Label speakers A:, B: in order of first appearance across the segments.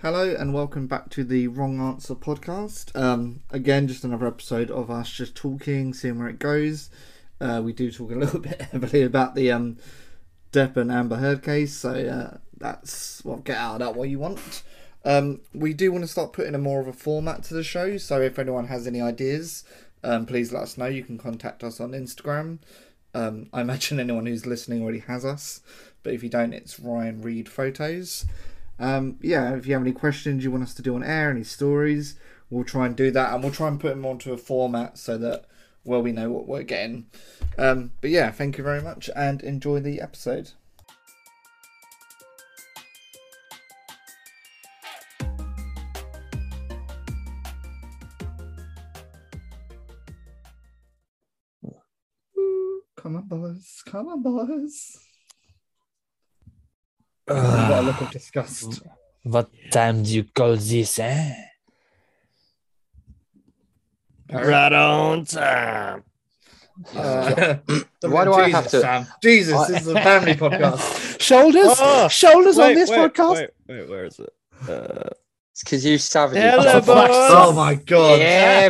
A: Hello and welcome back to the Wrong Answer podcast. Um, again, just another episode of us just talking, seeing where it goes. Uh, we do talk a little bit heavily about the um, Depp and Amber Heard case, so uh, that's well, get out of that what you want. Um, we do want to start putting a more of a format to the show, so if anyone has any ideas, um, please let us know. You can contact us on Instagram. Um, I imagine anyone who's listening already has us, but if you don't, it's Ryan Reed Photos. Um, yeah, if you have any questions you want us to do on air, any stories, we'll try and do that, and we'll try and put them onto a format so that well we know what we're getting. Um, but yeah, thank you very much, and enjoy the episode. Ooh, Come on, boys! Come on, boys! I've got a look of disgust.
B: What time do you call this, eh? Right on time.
A: Uh,
C: Why do I have
A: Jesus,
C: to-
A: Sam. Jesus, this is a family podcast.
B: Shoulders,
D: Oh,
B: shoulders
D: Wait,
B: on this
D: wait,
B: podcast.
D: Wait, wait, where is it? Uh,
C: It's because you savage.
D: Hello, boys.
A: Oh my god!
C: Yeah,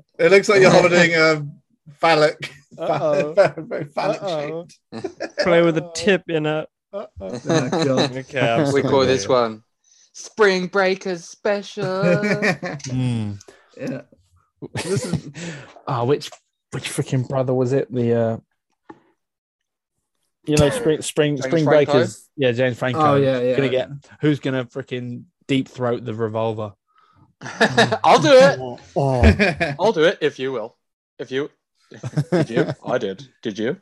A: It looks like you're holding a phallic,
D: Uh-oh.
A: phallic, phallic
D: Uh-oh.
A: shaped.
D: play with a tip in a.
A: Oh my god.
D: In a cab
C: we call
D: somewhere.
C: this one Spring Breakers Special.
A: yeah.
B: This is oh, which which freaking brother was it? The uh, you know, spring spring
C: James
B: spring
C: Franco?
B: breakers. Yeah, James Franco.
A: Oh yeah, yeah.
B: Gonna get who's gonna freaking deep throat the revolver?
C: I'll do it.
B: Oh,
C: I'll do it if you will. If you did you? I did. Did you?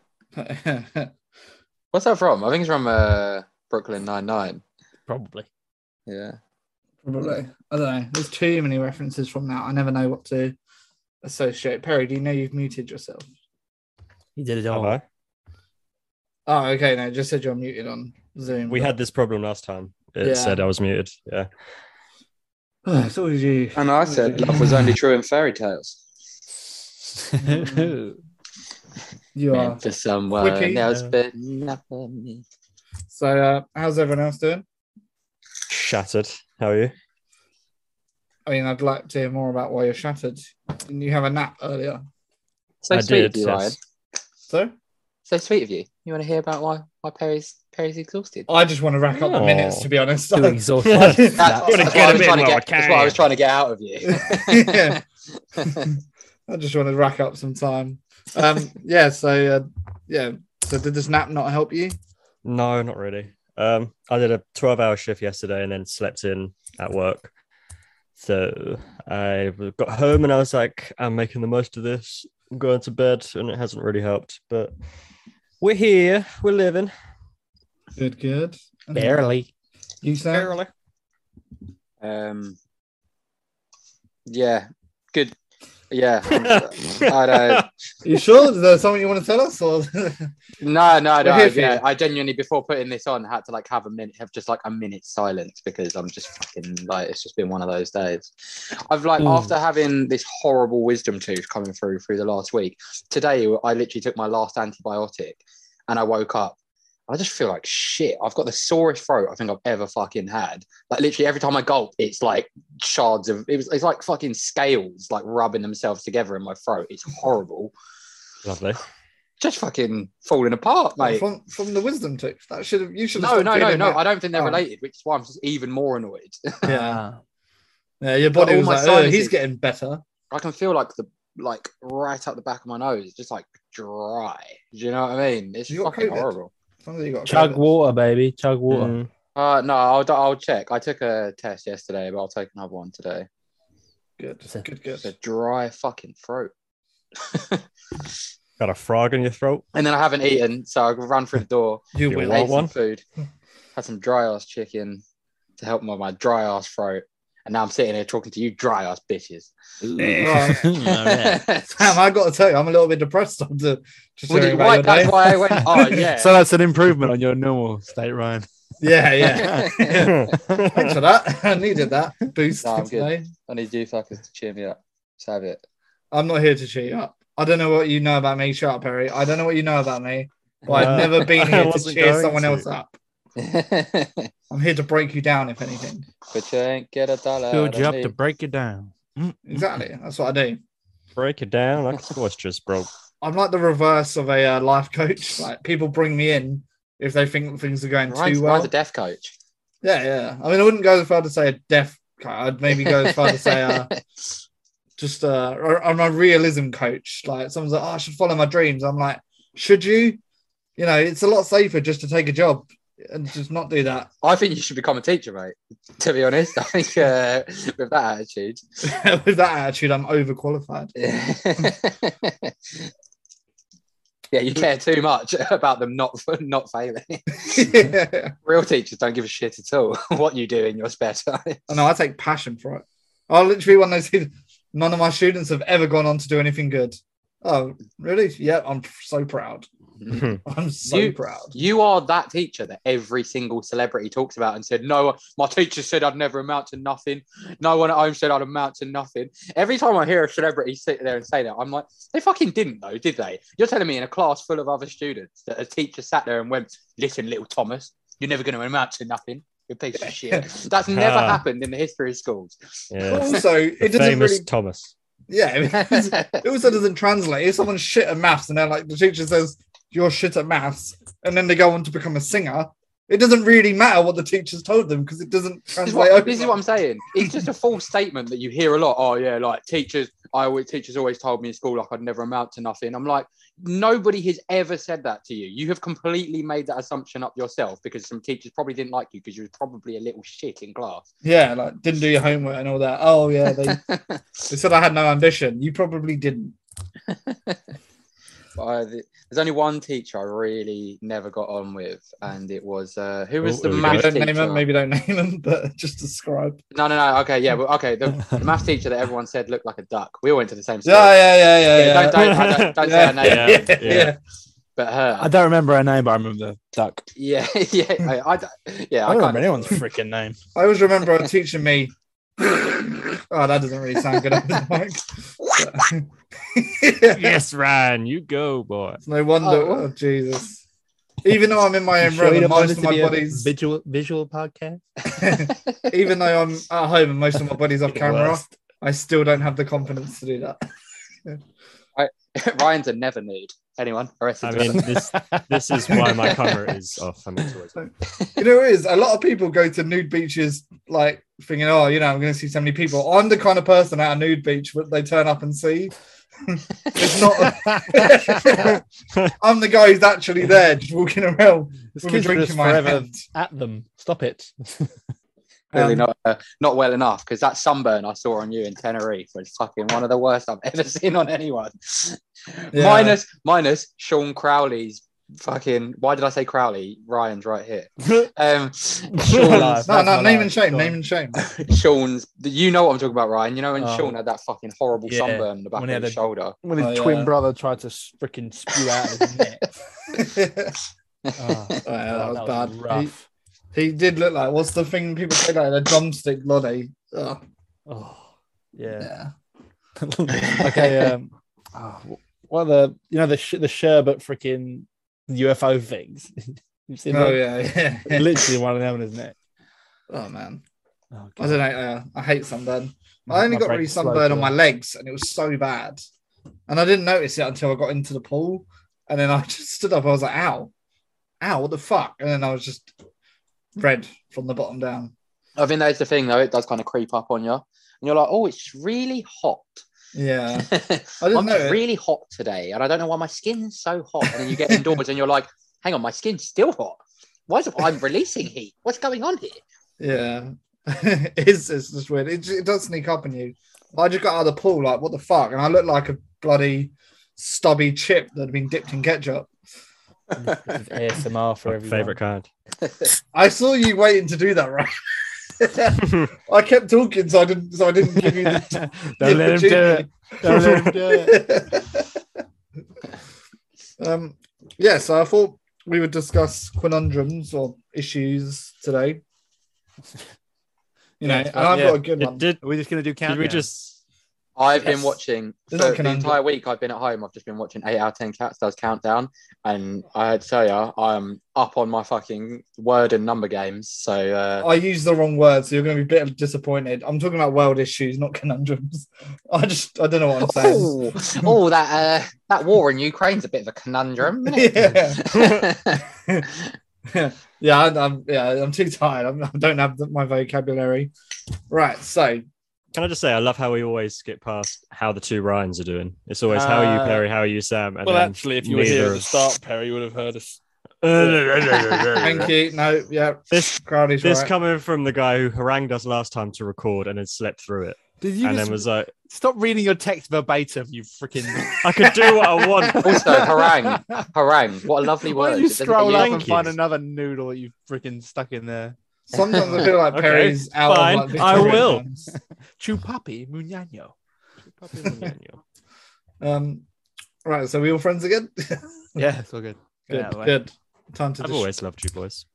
C: What's that from? I think it's from uh, Brooklyn Nine Nine.
B: probably.
C: Yeah.
A: Probably. I don't know. There's too many references from that. I never know what to associate. Perry, do you know you've muted yourself?
B: He did it
D: Have
B: all.
D: I?
A: Oh, okay. No, it just said you're muted on
C: Oh.
A: Zoom.
D: We had this problem last time. It
A: Yeah.
D: said I was muted. Yeah.
A: Oh, it's always you.
C: And I said love was only true in fairy tales.
A: You are.
C: Meant for someone
A: Quickie.
C: else,
D: Yeah.
C: but not for me.
A: So, uh, how's everyone else doing?
D: Shattered. How are you?
A: I mean, I'd like to hear more about why you're shattered. Didn't you have a nap earlier?
C: So
D: I
C: sweet
D: did.
C: of you, Ryan.
D: Yes.
A: So
C: So sweet of you. You want to hear about why why Perry's Perry's exhausted?
A: I just want to rack up the
D: Oh.
A: minutes, to be honest.
B: Too exhausted.
C: That's,
D: Gotta
C: that's
D: get
C: what I
D: him
C: was
D: in
C: trying to
D: while I
C: get. That's what I was
D: can.
C: trying to get out of you.
A: Yeah. I just want to rack up some time. Um, yeah. So uh, yeah. So did this nap not help you?
D: No, not really. Um, I did a 12 hour shift yesterday and then slept in at work. So I got home and I was like, I'm making the most of this. I'm going to bed and it hasn't really helped, but we're here. We're living.
A: Good. Good.
B: Barely.
A: You Sam?
C: um, yeah, good. Yeah, I don't.
A: You sure? Is there something you want to tell us? Or
C: No, no,
A: We're
C: no.
A: here for
C: Yeah,
A: you.
C: I genuinely before putting this on had to like have a minute, have just like a minute silence because I'm just fucking like it's just been one of those days. I've like
B: Mm.
C: after having this horrible wisdom tooth coming through through the last week. Today I literally took my last antibiotic, and I woke up. I just feel like shit. I've got the sorest throat I think I've ever fucking had. Like literally every time I gulp, it's like shards of it was it's like fucking scales like rubbing themselves together in my throat. It's horrible.
D: Lovely.
C: Just fucking falling apart, mate.
A: from from the wisdom tooth? That should have you should have.
C: No,
A: stopped
C: no, no,
A: doing
C: no.
A: that.
C: I don't think they're
A: Oh.
C: related, which is why I'm just even more annoyed.
A: Yeah.
B: Ah.
A: Yeah. Your body
C: all
A: was
C: my
A: like, oh, he's
C: sinuses-
A: getting better.
C: I can feel like the like right up the back of my nose, it's just like dry. Do you know what I mean? It's
A: You got
C: fucking
A: COVID?
C: horrible.
A: As long as you got
B: Chug
A: COVID.
B: water, baby. Chug water.
D: Mm.
C: Uh, no, I'll I'll check. I took a test yesterday, but I'll take another one today.
A: Good.
B: So-
A: Good.
C: It's a
A: Good.
C: dry fucking throat.
D: Got a frog in your throat?
C: And then I haven't eaten, so I ran through the door,
A: You
D: You
A: will.
D: want
C: ate some
D: one?
C: food, had some dry ass chicken to help my, my dry ass throat, and now I'm sitting here talking to you dry ass bitches.
A: Mm. Right.
B: Alright.
A: Sam, I got to tell you, I'm a little bit depressed after just
C: Well,
A: hearing about
C: why,
A: your day.
C: that's why I went. Oh yeah.
B: So that's an improvement on your normal state, Ryan.
A: Yeah, yeah. Thanks for that. I needed that boost
C: No, I'm
A: for today.
C: I need you fuckers to cheer me up. Let's have it.
A: I'm not here to cheer you up. I don't know what you know about me. Shut up, Perry. I don't know what you know about me, but I've
D: Wow.
A: never been
D: I
A: here to
D: wasn't
A: cheer
D: going
A: someone
D: to.
A: else up. I'm here to break you down, if anything.
C: but you ain't get a dollar.
E: Build
C: out
E: you
C: of
E: up to
C: me.
E: break you down. Mm, mm,
A: Exactly. That's what I do.
D: Break it down like a watch just broke.
A: I'm like the reverse of a uh, life coach. Like people bring me in if they think things are going
C: Ryan's,
A: too well.
C: Ryan's a deaf coach.
A: Yeah, yeah. I mean, I wouldn't go as far to say a deaf. co- I'd maybe go as far to say uh, just uh, or- I'm a realism coach. Like someone's like, oh, I should follow my dreams. I'm like, should you? You know, it's a lot safer just to take a job and just not do that.
C: I think you should become a teacher, mate. To be honest, I think uh, with that attitude.
A: With that attitude, I'm overqualified.
C: yeah, you care too much about them not not failing.
A: yeah.
C: Real teachers don't give a shit at all what you do in your spare time.
A: I know. I take passion for it. I literally one of those people. None of my students have ever gone on to do anything good. Oh, really? Yeah, I'm so proud. I'm so
C: You-
A: proud.
C: You are that teacher that every single celebrity talks about and said, No, my teacher said I'd never amount to nothing. No one at home said I'd amount to nothing. Every time I hear a celebrity sit there and say that, I'm like, They fucking didn't, though, did they? You're telling me in a class full of other students that a teacher sat there and went, Listen, little Thomas, you're never going to amount to nothing. You piece of shit. That's never
D: Ah.
C: happened in the history of schools.
D: Yeah.
A: Also,
D: The
A: it doesn't
D: famous
A: really.
D: Thomas.
A: Yeah, it also doesn't translate. If someone's shit at maths and they're like, the teacher says, you're shit at maths, and then they go on to become a singer, it doesn't really matter what the teacher's told them because it doesn't
C: This is,
A: translate over.
C: what, this is what I'm saying. It's just a false statement that you hear a lot. Oh yeah, like teachers. I always teachers always told me in school like I'd never amount to nothing. I'm like, nobody has ever said that to you. You have completely made that assumption up yourself because some teachers probably didn't like you because you were probably a little shit in class.
A: yeah, like, didn't do your homework and all that. Oh, yeah, they, they said I had no ambition. You probably didn't.
C: But I, uh, there's only one teacher I really never got on with, and it was uh, who was the
D: Oh, here we
A: Maybe
D: Maths
C: math
A: don't
C: teacher?
A: name them, maybe don't name them, but just describe.
C: No, no, no. Okay, yeah, well, okay. The, the math teacher that everyone said looked like a duck. We all went to the same school.
A: Yeah, yeah, yeah, yeah.
C: Yeah,
A: yeah,
C: Don't, don't, I don't, don't
A: Yeah.
C: say her name.
A: yeah,
D: Yeah.
A: yeah.
C: But her.
E: I don't remember her name, but I remember the duck.
C: Yeah, yeah, I,
E: I
C: I, don't- yeah.
E: Hmm. don't
C: can't-
E: remember anyone's freaking name.
A: I always remember her teaching me. oh, that doesn't really sound good. over the mic. But-
B: yes, Ryan, you go, boy.
A: It's no wonder.
C: Oh, what?
A: Oh, Jesus. Even though I'm in my own room, and most of my buddies,
E: visual visual podcast.
A: even though I'm at home and most of my buddies off camera, I still don't have the confidence to do that.
C: Ryan's a never nude. Anyone? Arrested
D: I mean,
C: Development.
D: this this is why my camera is oh, off. I mean, it's always
A: You know, it is a lot of people go to nude beaches like thinking, "Oh, you know, I'm going to see so many people." I'm the kind of person at a nude beach that they turn up and see. it's not. I'm the guy who's actually there, just walking around
E: This
A: with a
E: kid's
A: drink
E: just
A: in my
E: forever
A: hand.
E: at them. Stop it.
C: Clearly
A: Um,
C: not, uh, not well enough because that sunburn I saw on you in Tenerife was fucking one of the worst I've ever seen on anyone.
A: Yeah.
C: Minus, minus Sean Crowley's fucking. Why did I say Crowley? Ryan's right here. Um, Sean's,
A: No, no,
E: That's
A: name
E: my
A: and shame,
E: life.
A: name and shame.
C: Sean's. You know what I'm talking about, Ryan. You know when
E: Oh.
C: Sean had that fucking horrible
E: Yeah,
C: sunburn on the back
E: when
C: of
E: he
C: his
E: had a-
C: shoulder.
E: When his
A: Oh,
E: twin
A: yeah.
E: brother tried to freaking spew out his neck. Oh,
A: Oh, yeah,
E: God,
A: that was bad. He-
E: rough.
A: He did look like what's the thing people say like a drumstick lolly. Oh,
E: Oh, yeah.
A: yeah.
E: okay. Um, oh, well, the you know the sh- the sherbet freaking UFO things. You've seen
A: Oh
E: that?
A: yeah, yeah.
E: Literally one of them on his neck.
A: oh man.
E: Oh,
A: I don't know. Uh, I hate sunburn.
E: My-
A: I only
E: my
A: got really
E: brain's slow
A: sunburn on my
E: today.
A: legs, and it was so bad. And I didn't notice it until I got into the pool, and then I just stood up. I was like, "Ow, ow, what the fuck?" And then I was just red from the bottom down.
C: I think that's the thing though. It does kind of creep up on you, and you're like, oh, it's really hot.
A: Yeah, I
C: I'm
A: didn't know.
C: just
A: it.
C: really hot today, and I don't know why my skin's so hot. And then you get indoors, and you're like, "Hang on, my skin's still hot. Why is it I'm releasing heat? What's going on here?"
A: Yeah, it's it's just weird. It, it does sneak up on you. I just got out of the pool, like what the fuck, and I looked like a bloody stubby chip that had been dipped in ketchup.
E: This is ASMR for
D: my
E: everyone.
D: favorite kind.
A: I saw you waiting to do that, right? I kept talking, so I didn't, so I didn't give you the.
E: Don't let him do it. Don't let him do it.
A: um, yeah, so I thought we would discuss quinundrums or issues today. You know,
E: Yeah,
A: and I've
E: yeah.
A: got a good
D: It
A: one.
D: did.
E: Are we just gonna do count?
D: Did we just?
C: I've been
E: Yes.
C: watching
E: There's
C: for
E: no
C: the
E: conundrum.
C: entire week. I've been at home. I've just been watching eight out of ten Cats Does Countdown, and I had to tell you, I'm up on my fucking word and number games. So uh,
A: I used the wrong word, so you're going to be a bit disappointed. I'm talking about world issues, not conundrums. I just, I don't know what I'm saying.
C: oh, oh, that uh, that war in Ukraine's a bit of a conundrum. Isn't it?
A: yeah, yeah, I, I'm, yeah, I'm too tired. I'm, I don't have the, my vocabulary. Right, so
D: Can I just say, I love how we always skip past how the two Ryans are doing. It's always how are you,
A: Uh,
E: Ah.
D: Perry? How are you, Sam? And
E: well,
D: then
E: actually, if you were here at
D: neither
E: the
D: of-
E: start, Perry you would have heard us.
A: thank you. No, yeah,
D: This
A: Crowley's
D: this
A: right.
D: coming from the guy who harangued us last time to record and then slept through it,
E: Did you
D: and
E: just
D: then was like,
E: stop reading your text verbatim? You freaking.
D: "I could do what I want."
C: Also, harangue. Harangue. What a lovely
E: Why
C: word.
E: don't you
C: It doesn't
E: scroll
C: get
E: up
C: used.
E: and
D: Thank you.
E: find another noodle that you freaking stuck in there?
A: Sometimes I feel like
D: Okay,
A: Perry's out.
D: fine,
A: Of, like,
D: I
A: Victorian
D: will.
A: times.
E: Chupapi Muñano.
A: Um, right, so we all friends again.
E: Yeah, it's all good. Get
A: good,
E: out of the way.
A: good. Time to.
D: I've
A: dis-
D: always loved you, boys.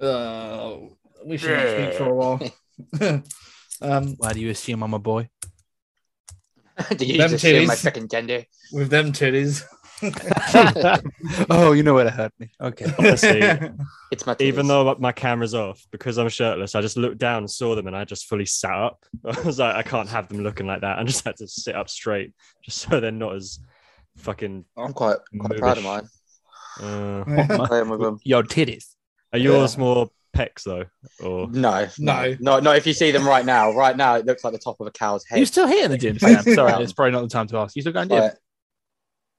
A: Uh, we should not speak for a while. um,
E: Why do you assume I'm a boy?
C: Did you
A: Them
C: just assume my
A: titties.
C: second gender?
A: with them titties.
E: oh, you know where to hurt me. Okay.
D: Honestly.
C: It's my titties.
D: Even though my camera's off because I'm shirtless, I just looked down and saw them, and I just fully sat up. I was like, I can't have them looking like that. I just had to sit up straight, just so they're not as fucking.
C: I'm quite quite
D: Movish.
C: proud of mine.
D: Uh,
C: I am with them.
E: Yo, titties.
D: Are yours more pecs though? Or
C: No,
A: No.
C: no, no. If you see them right now, right now, it looks like the top of a cow's
E: Are you
C: head.
E: still here in the gym, Sam? Sorry, it's probably not the time to ask. You still going to gym?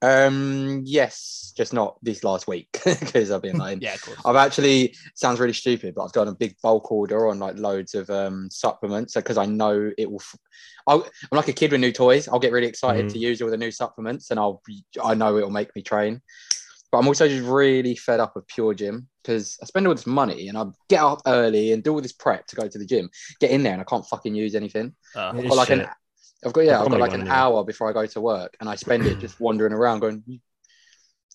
C: But, um, yes, just not this last week because I've been like,
E: Yeah, of course.
C: I've actually sounds really stupid, but I've done a big bulk order on like loads of um supplements because I know it will. F- I'll, I'm like a kid with new toys. I'll get really excited
D: Mhm.
C: to use all the new supplements, and I'll be- I know it'll make me train. But I'm also just really fed up of pure gym because I spend all this money and I get up early and do all this prep to go to the gym. Get in there and I can't fucking use anything.
D: Oh,
C: I've got like
D: shit.
C: an, I've got yeah,
D: I've
C: I've got
D: got
C: like
D: one,
C: an
D: yeah.
C: hour before I go to work, and I spend it just wandering around going. "You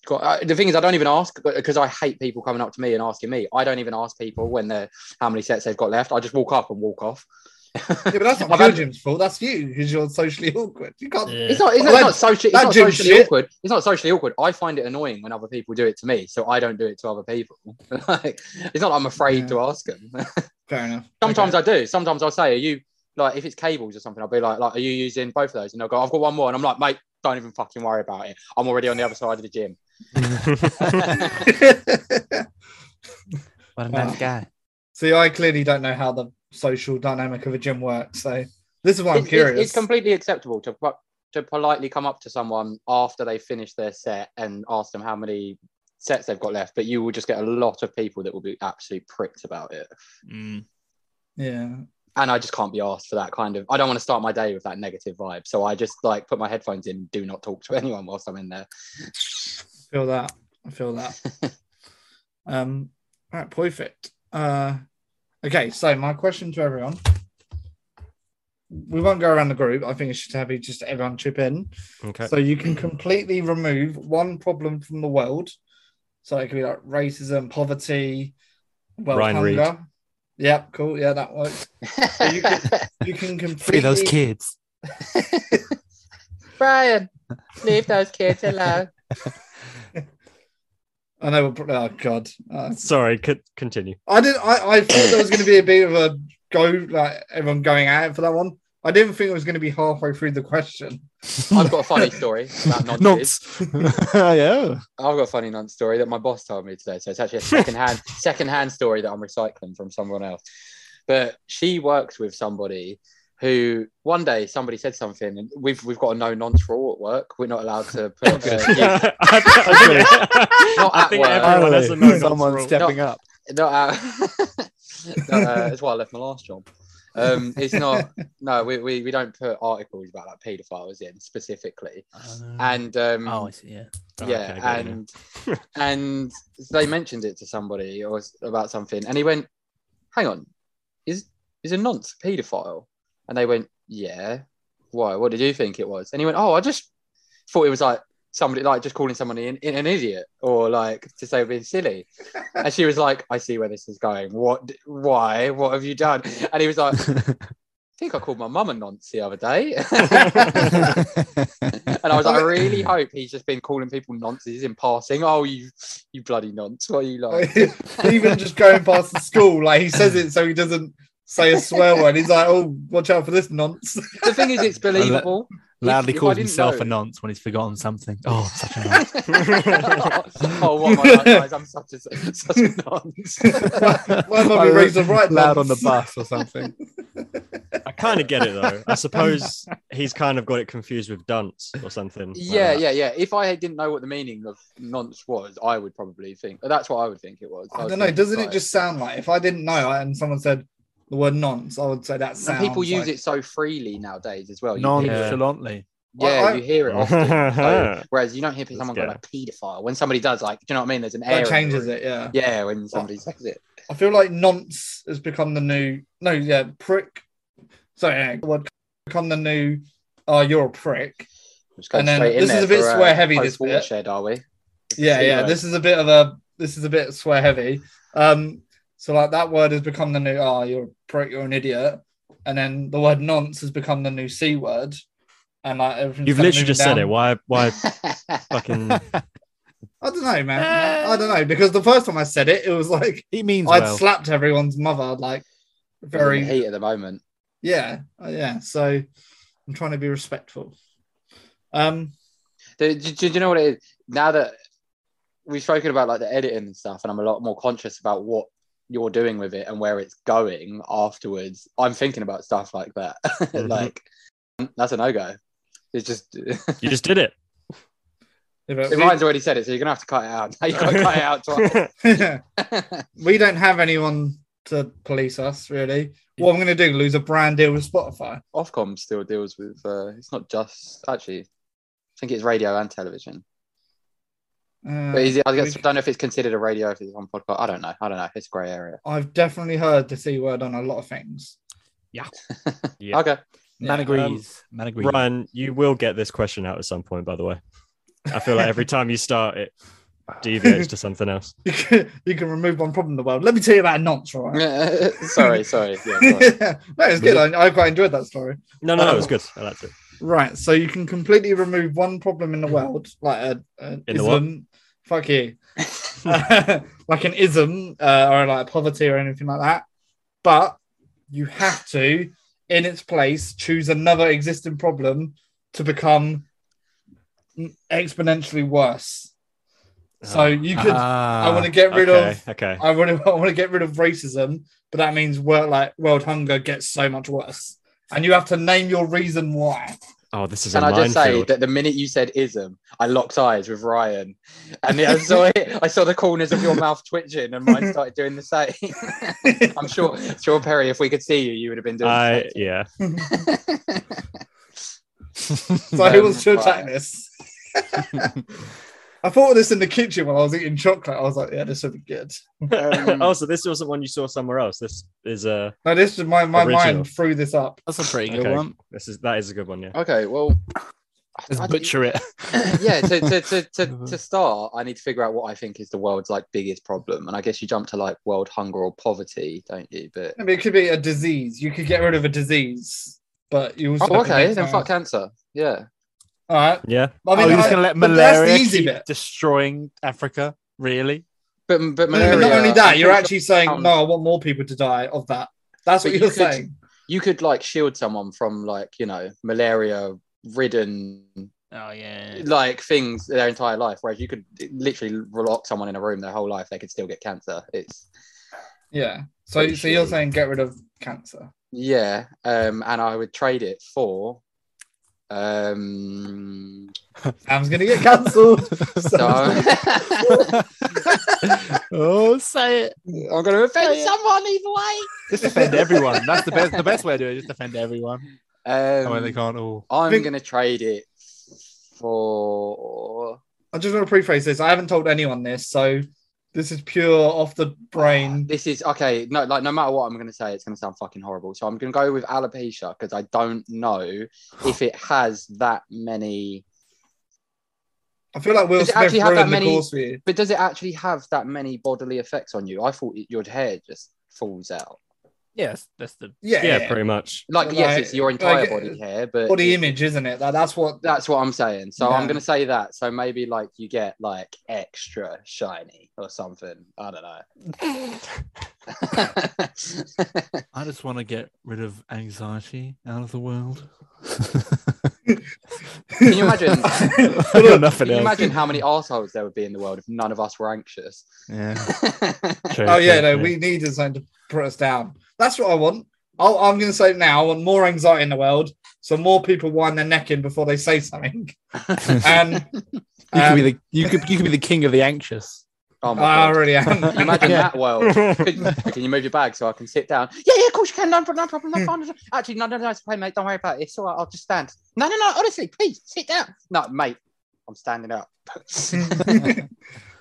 C: Got, I- the thing is, I don't even ask because I hate people coming up to me and asking me. I don't even ask people when they're how many sets they've got left. I just walk up and walk off.
A: Yeah, but that's not
C: I've
A: your
C: had-
A: gym's fault. That's you because you're socially awkward. You can't.
C: It's not. It's, not-
A: Well,
C: it's
A: that-
C: not socially. It's
A: that
C: not
A: gym
C: socially
A: shit.
C: awkward. It's not socially awkward. I find it annoying when other people do it to me, so I don't do it to other people. like, it's not. Like I'm afraid
A: Yeah.
C: to ask them.
A: Fair enough.
C: Sometimes I do. Sometimes I'll say, "Are you like if it's cables or something?" I'll be like, "Like, are you using both of those?" And they'll go, "I've got one more," and I'm like, "Mate, don't even fucking worry about it. I'm already on the other side of the gym."
A: Okay.
E: What a
A: nice
E: guy.
A: See, I clearly don't know how the social dynamic of a gym works. So this is why I'm
C: it's,
A: curious.
C: It's, it's completely acceptable to po- to politely come up to someone after they finish their set and ask them how many sets they've got left. But you will just get a lot of people that will be absolute pricks about it,
E: Mm.
A: yeah.
C: and I just can't be asked for that kind of. I don't want to start my day with that negative vibe, so I just like put my headphones in, do not talk to anyone whilst I'm in there.
A: feel that. I feel that. um, all right, perfect. Uh, okay, so my question to everyone. We won't go around the group. I think it should have you just everyone chip in.
D: okay.
A: So you can completely remove one problem from the world. So it could be like racism, poverty, world
D: Ryan Reed.
A: hunger. Yep, cool. Yeah, that works. you could- You can completely
E: Free those kids.
C: Brian, leave those kids alone.
A: I know. we're pro- Oh God, Uh,
D: Sorry, could continue.
A: I did. I, I thought there was going to be a bit of a go, like everyone going at it for that one. I didn't think it was going to be halfway through the question.
C: I've got a funny story about nonces.
E: yeah.
C: I've got a funny nonce story that my boss told me today. So it's actually a secondhand secondhand story that I'm recycling from someone else. But she works with somebody who one day somebody said something and we've we've got a no nonce rule at work. We're not allowed to put up
D: I,
C: a youth
D: I-
C: Not
D: Oh, I
C: at
D: think
C: work.
D: everyone has a no
E: Someone
D: someone
E: stepping up.
C: No, uh, no, uh, that's why I left my last job. Um, it's not. No, we, we, we don't put articles about like paedophiles in specifically.
D: Hmm.
C: And um,
E: oh, I see. Yeah.
C: yeah, and and they mentioned it to somebody or s- about something, and he went, "Hang on, is is a nonce a paedophile?" And they went, "Yeah, why? What did you think it was?" And he went, "Oh, I just thought it was like somebody like just calling somebody an, an idiot or like to say being silly." and she was like, "I see where this is going. What? Why? What have you done?" And he was like. think I called my mum a nonce the other day.
F: yeah.
C: And I was like, I really hope he's just been calling people nonces in passing. Oh, you you bloody nonce. What are you like?
A: Even just going past the school, like he says it so he doesn't say a swear word. He's like, oh, watch out for this nonce.
C: the thing is, it's believable.
F: Loudly
C: if I
F: calls
C: didn't
F: himself
C: know-
F: a nonce when he's forgotten something. Oh, such a nonce.
C: oh, what am I like, guys? I'm such a, such a nonce.
A: Why am I being raised a right
F: Loud on
A: nonce?
F: the bus or something.
D: I kind of get it though. I suppose he's kind of got it confused with dunce or something. like
C: yeah,
D: that.
C: yeah, yeah. If I didn't know what the meaning of nonce was, I would probably think that's what I would think it was.
A: I
C: would
A: don't know.
C: think,
A: Doesn't
C: like-
A: it just sound like if I didn't know and someone said the word nonce, I would say that
C: And
A: sounds.
C: people use
A: like-
C: it so freely nowadays as well. Oh, You hear it-
F: Nonchalantly.
C: yeah,
A: I-
C: you hear it often. so- whereas you don't hear
D: Let's
C: someone
D: go.
C: go like paedophile when somebody does like, do you know what I mean? There's an
A: That
C: air.
A: changes it. Yeah.
C: Yeah, when somebody says it.
A: I feel like nonce has become the new. No, yeah, prick. Sorry, yeah, the word become the new. Oh, you're a prick.
C: Just going
A: And then
C: straight in
A: this
C: there
A: is a bit
C: for, uh,
A: swear heavy, this bit.
C: post-watershed, are we?
A: Yeah,
C: See,
A: yeah.
C: like-
A: This is a bit of a. This is a bit swear heavy. Um. So like that word has become the new. Oh, you're a prick. You're an idiot. And then the word nonce has become the new c word. And like everything's
D: You've
A: kinda
D: literally
A: moving
D: just said
A: down.
D: it. Why? Why fucking?
A: I don't know, man. I don't know because the first time I said it, it was like
F: He means
A: I'd
F: well.
A: slapped everyone's mother, like
C: Very
A: very,
C: heat at the moment.
A: yeah, uh, yeah. So I'm trying to be respectful. Um,
C: Do, do, do you know what it is? Now that we've spoken about like the editing and stuff, and I'm a lot more conscious about what you're doing with it and where it's going afterwards, I'm thinking about stuff like that.
A: Mm-hmm.
D: Mhm.
C: like um, that's a no go. It's just
D: You just did it.
A: if
C: So Ryan's already said it, so you're gonna have to cut it out. You gotta cut it out twice.
A: it- we don't have anyone to police us, really. What I'm going to do? Lose a brand deal with Spotify?
C: Ofcom still deals with. Uh, it's not just actually. I think it's radio and television.
A: Uh,
C: But is it, I guess I
A: we've-
C: don't know if it's considered a radio if it's on podcast. I don't know. I don't know. It's a grey area.
A: I've definitely heard the c word on a lot of things.
D: Yeah.
C: Okay.
F: Man
A: Yeah.
E: um,
F: agrees. Man agrees.
D: Ryan, you will get this question out at some point. By the way, I feel like every time you start it deviates to something else.
A: You can, you can remove one problem in the world. Let me tell you about nonce, all right?
C: sorry, sorry. Yeah, sorry.
A: yeah. No, it's good. I, I quite enjoyed that story.
D: No, no, no. It was good. I liked it.
A: Right, so you can completely remove one problem in the world, like a, an
D: In the what?
A: ism. Fuck you. like an ism uh, or like poverty or anything like that. But you have to, in its place, choose another existing problem to become exponentially worse. So you could. I want to get rid
D: Ah, okay,
A: of.
D: Okay.
A: I want to. I want to get rid of racism, but that means work like world hunger gets so much worse, and you have to name your reason why.
D: Oh, this is a
C: Can I just say
D: minefield.
C: that the minute you said ism, I locked eyes with Ryan, and I saw it. I saw the corners of your mouth twitching, and mine started doing the same. I'm sure, sure Perry, if we could see you, you would have been doing.
D: I
C: the
D: yeah.
C: same.
F: Ah.
A: So who wants to
C: Um,
A: attack
C: right.
A: this? I thought of this in the kitchen while I was eating chocolate. I was like, yeah, this would be good.
C: Um,
D: oh, so this wasn't one you saw somewhere else. This is uh
A: No, this is my, my
D: Original.
A: mind threw this up.
F: That's a pretty good
D: Okay.
F: one.
D: this is that is a good one. Yeah.
C: okay, well, I-
F: Let's
C: I-
F: butcher it.
C: yeah, to, to, to, to, to start, I need to figure out what I think is the world's like biggest problem, and I guess you jump to like world hunger or poverty, don't you? But
A: I mean, it could be a disease. You could get rid of a disease, but you also.
C: oh,
A: have to
C: okay,
A: name
C: then
A: something
C: fuck
A: else.
C: cancer. Yeah,
A: All right.
D: Yeah.
A: I mean,
F: oh, you're
A: I-
F: just gonna let
A: but that's the
F: malaria
A: easy
F: keep
A: bit.
F: destroying Africa? Really?
C: but but
A: No, but
C: malaria.
A: not only
C: I'm
A: that, you're
C: pretty sure-
A: actually saying,
C: um,
A: no, I want more people to die of that. That's what
C: But
A: you're
C: you could-
A: saying.
C: you could like shield someone from like you know malaria ridden
F: Oh yeah.
C: like things their entire life whereas you could literally lock someone in a room their whole life they could still get cancer it's
A: Yeah. So, so you're saying get rid of cancer.
C: yeah um and i would trade it for um
A: Sam's going to get cancelled.
C: so i'm
A: Sam's
F: oh, say it.
C: gonna offend someone either way
F: Just defend everyone. That's the best. The best way to do it. Just defend everyone. That way they
C: um
F: can't all.
C: i'm
A: Big-
C: gonna trade it for
A: I just want to preface this. I haven't told anyone this, so this is pure off the brain.
C: This is okay. No, like no matter what I'm going to say, it's going to sound fucking horrible. So I'm going to go with alopecia because I don't know if it has that many.
A: I feel like Will
C: Does it
A: Smith
C: actually have
A: ruined
C: that
A: the
C: many-
A: course for you.
C: But does it actually have that many bodily effects on you? I thought it- your hair just falls out.
E: Yes, that's the
A: Yeah,
D: Yeah, pretty much.
C: Like,
A: Like-
C: yes, it's your entire
A: like, uh,
C: body hair, but
A: Body
C: it's-
A: image, isn't it? That, that's what.
C: That's what I'm saying. So I'm
A: No.
C: gonna say that. So maybe like you get like extra shiny or something. I don't know.
F: I just want to get rid of anxiety out of the world.
C: Can you imagine?
F: I got nothing
C: Can you
F: else.
C: imagine how many assholes there would be in the world if none of us were anxious?
F: Yeah.
B: True,
A: Oh yeah,
B: true,
A: no,
B: true.
A: we needed something to put us down. That's what I want. I'll, I'm going to say it now. I want more anxiety in the world, so more people wind their neck in before they say something. And
E: you
A: um,
E: could be the you could you could be the king of the anxious.
C: oh
D: Ah,
A: I
C: my god!
A: already
C: Can you
A: am.
C: imagine
E: Yeah.
C: that world? Could- can you move your bag so I can sit down? Yeah, yeah, of course you can. No, no problem. No problem. Actually, no, no, no, it's fine, mate. Don't worry about it. It's all right. I'll just stand. No, no, no. Honestly, please sit down. No, mate. I'm standing up.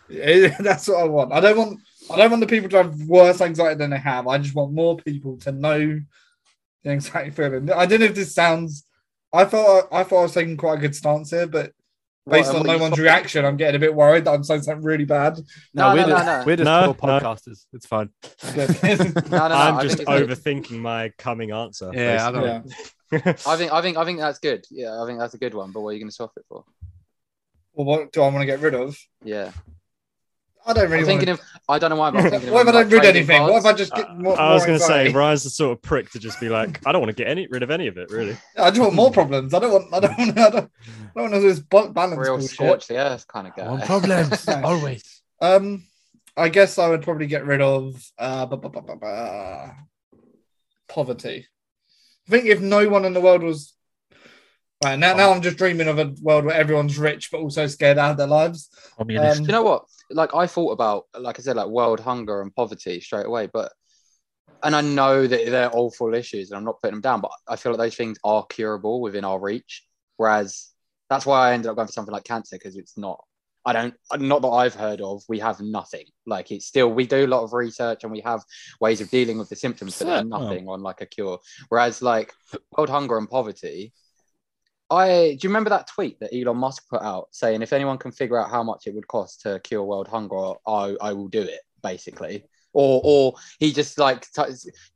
A: Yeah, That's what I want. I don't want. I don't want the people to have worse anxiety than they have. I just want more people to know the anxiety feeling. I don't know if this sounds. I thought I thought I was taking quite a good stance here, but based
C: What-
A: on
C: what
A: no
C: you
A: one's
C: thought-
A: reaction, I'm getting a bit worried that I'm saying something really bad.
C: No,
F: we're
C: no, no,
F: just,
C: no.
F: We're just
D: No,
F: poor
D: no.
F: podcasters. It's fine.
C: No, no, no,
D: I'm
C: I
D: just
C: think it's-
D: overthinking my coming answer.
F: Yeah, I don't
A: Yeah.
C: I think I think I think that's good. Yeah, I think that's a good one. But what are you going to swap it for?
A: Well, what do I want to get rid of?
C: Yeah,
A: I don't
C: I'm
A: really.
C: thinking
A: want
C: of. I don't know why, but I'm thinking
A: to...
C: of.
A: What if I
C: like,
A: don't read
C: trading
A: anything? What if
C: cards.
A: I just get
D: I,
A: more?
D: Uh, I was
A: more
D: going to say
A: anxiety?
D: Ryan's the sort of prick to just be like, I don't want to get any rid of any of it, really.
A: I just want more problems. I don't want. I don't. Want, I don't. I don't want to do this bu- balance.
C: real
A: bullshit.
C: scorch the earth kind of guy?
F: One problems always.
A: Um, I guess I would probably get rid of uh, bu- bu- bu- bu- bu- poverty. I think if no one in the world was right now, now I'm just dreaming of a world where everyone's rich but also scared out of their lives.
C: Do you know what? Like I thought about, like I said, like world hunger and poverty straight away, but and I know that they're awful issues, and I'm not putting them down, but I feel like those things are curable within our reach. Whereas that's why I ended up going for something like cancer because it's not. I don't, not that I've heard of. We have nothing. Like it's still, we do a lot of research and we have ways of dealing with the symptoms, but there's
F: Sure.
C: nothing on like a cure. Whereas like world hunger and poverty, I do you remember that tweet that Elon Musk put out saying if anyone can figure out how much it would cost to cure world hunger, I, I will do it basically. Or or he just like t-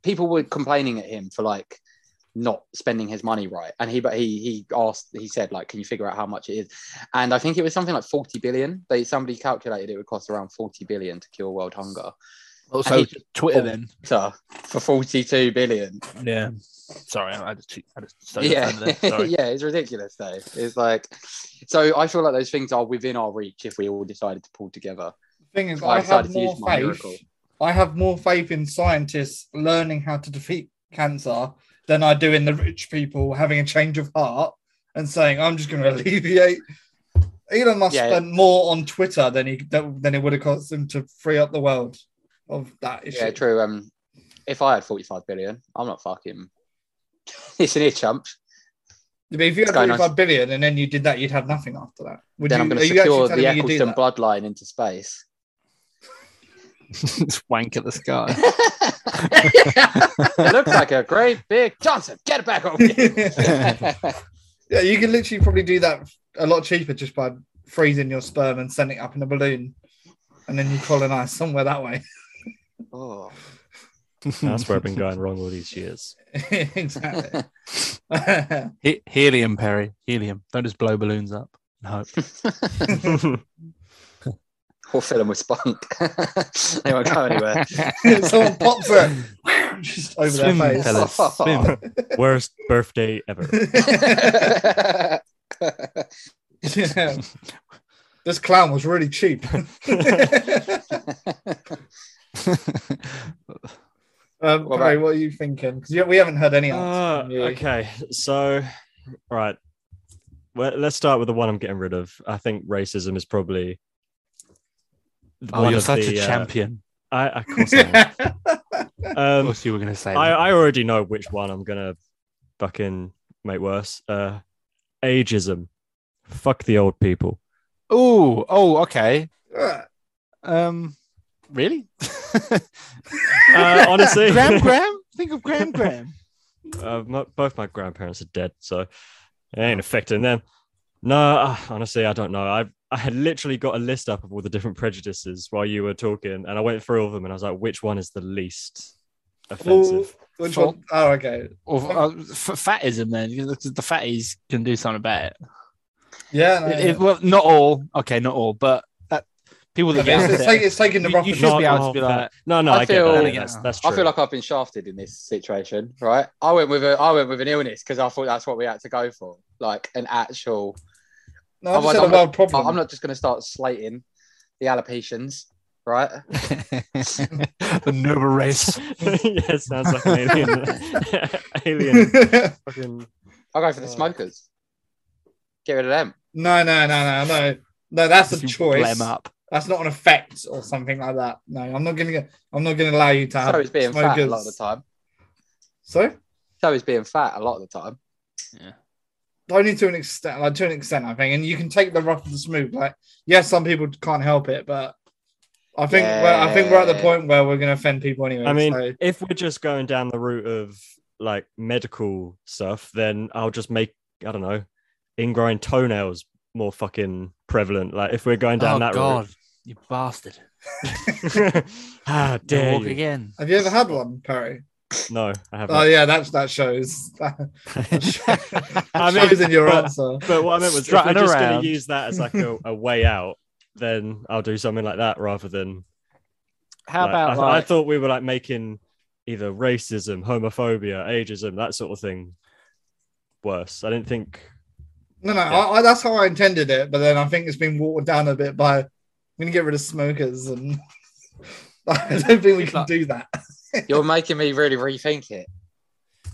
C: people were complaining at him for like not spending his money right, and he but he he asked he said like can you figure out how much it is, and I think it was something like forty billion. They somebody calculated it would cost around forty billion to cure world hunger.
E: Also,
C: And
E: Twitter then.
C: So for forty two billion,
E: Yeah. Sorry, I just I just started
C: yeah,
E: over there. Sorry.
C: yeah, it's ridiculous though. It's like, so I feel like those things are within our reach if we all decided to pull together.
A: The thing is,
C: I
A: I have
C: decided to
A: more
C: use
A: faith.
C: my miracle.
A: I have more faith in scientists learning how to defeat cancer than I do in the rich people having a change of heart and saying, "I'm just going to alleviate." Elon Musk
C: Yeah.
A: spent more on Twitter than he than it would have cost him to free up the world of that issue.
C: Yeah, true. Um, if I had forty-five billion, I'm not fucking. it's an ear chump.
A: I mean, if you had
C: It's quite nice.
A: 35 billion and then you did that, you'd have nothing after that. Would
C: Then
A: you,
C: I'm going
A: are
C: to
A: you
C: secure
A: actually
C: the
A: telling me you do
C: Eccleston
A: that?
C: bloodline into space.
E: Just wank at the sky.
C: it looks like a great big Johnson. Get it back over here.
A: Yeah, you can literally probably do that a lot cheaper just by freezing your sperm and sending it up in a balloon, and then you colonize somewhere that way.
C: oh.
D: That's where I've been going wrong all these years.
A: exactly. I
E: He- helium, Perry. Helium. Don't just blow balloons up and hope.
C: Or fill them with spunk. they won't go anywhere.
A: Someone pops it. just over
E: Swim,
A: their face.
E: fellas. Swim.
D: Worst birthday ever.
A: Yeah. This clown was really cheap. Um,
C: What
A: Barry,
C: about-
A: what are you thinking? Because we haven't heard any answers.
D: Uh,
A: from you.
D: okay, so right, well, let's start with the one I'm getting rid of. I think racism is probably.
E: oh,
D: one
E: you're
D: of
E: such
D: the,
E: a
D: uh,
E: champion.
D: I, of course I am.
E: Of
D: Um,
E: course, you were going to say
D: I,
E: that.
D: I already know which one I'm gonna fucking make worse. Uh, ageism. Fuck the old people.
E: Oh, oh, okay.
A: Uh,
E: Um, really?
D: Uh, honestly,
E: Graham, Graham. Think of Graham, Graham.
D: uh, my, both my grandparents are dead, so it ain't affecting them. No, uh, honestly, I don't know. I I had literally got a list up of all the different prejudices while you were talking, and I went through all of them, and I was like, which one is the least offensive?
A: Which
E: Full.
A: one? Oh, okay.
E: Or uh, f- fatism, then because the fatties can do something about it.
A: Yeah, no,
E: It-
A: yeah.
E: it- well, not all. Okay, not all, but that people that
A: It's,
E: get
A: it's,
E: it,
A: like, it's taking the
E: you,
A: rough
E: you
A: and
E: should
A: hard.
E: be able to be
D: Oh,
E: like,
D: No, no,
C: I
D: I, get
C: feel-
D: that.
C: Yeah.
D: That's, that's true.
C: I feel like I've been shafted in this situation, right? I went with a I went with an illness because I thought that's what we had to go for, like an actual.
A: No, I
C: Oh, I'm
A: just said
C: not-
A: a world
C: I-
A: problem.
C: I'm not just going to start slating the allocations, right?
E: the noble race.
D: yeah, sounds like an alien. alien fucking.
C: I'll go for the smokers. Get rid of them.
A: no, no, no, no, no. No, that's a
E: You
A: choice.
E: blem up.
A: That's not an effect or something like that. No, I'm not gonna. I'm not gonna allow you to have
C: So is being fat a lot of the
A: smokers.
C: time.
A: So
C: So is being fat a lot of the time.
A: only to an extent, like to an extent, I think. And you can take the rough and the smooth. Like, yes, some people can't help it, but I think well, I think we're at the
C: Yeah.
A: point where we're gonna offend people anyway.
D: I mean,
A: so-
D: if we're just going down the route of like medical stuff, then I'll just make I don't know ingrown toenails more fucking prevalent. Like if we're going down
E: oh
D: that
E: God, you bastard!
D: route, how
E: Don't
D: Ah, dare
E: walk
D: you?
E: again.
A: have you ever had one, Perry?
D: No, I haven't.
A: Oh yeah, that's that shows. That
D: I mean,
A: shows in your
D: but-
A: answer.
D: But what I meant was, if we're
E: Strutting
D: just going
E: around.
D: to use that as like a, a way out, then I'll do something like that rather than.
E: How
D: like, I,
E: about
D: th- I
E: like,
D: thought we were like making either racism, homophobia, ageism, that sort of thing worse. I didn't think.
A: No, no, I, I, that's how I intended it, but then I think it's been watered down a bit by I'm gonna get rid of smokers, and I don't think we can do that.
C: You're making me really rethink it.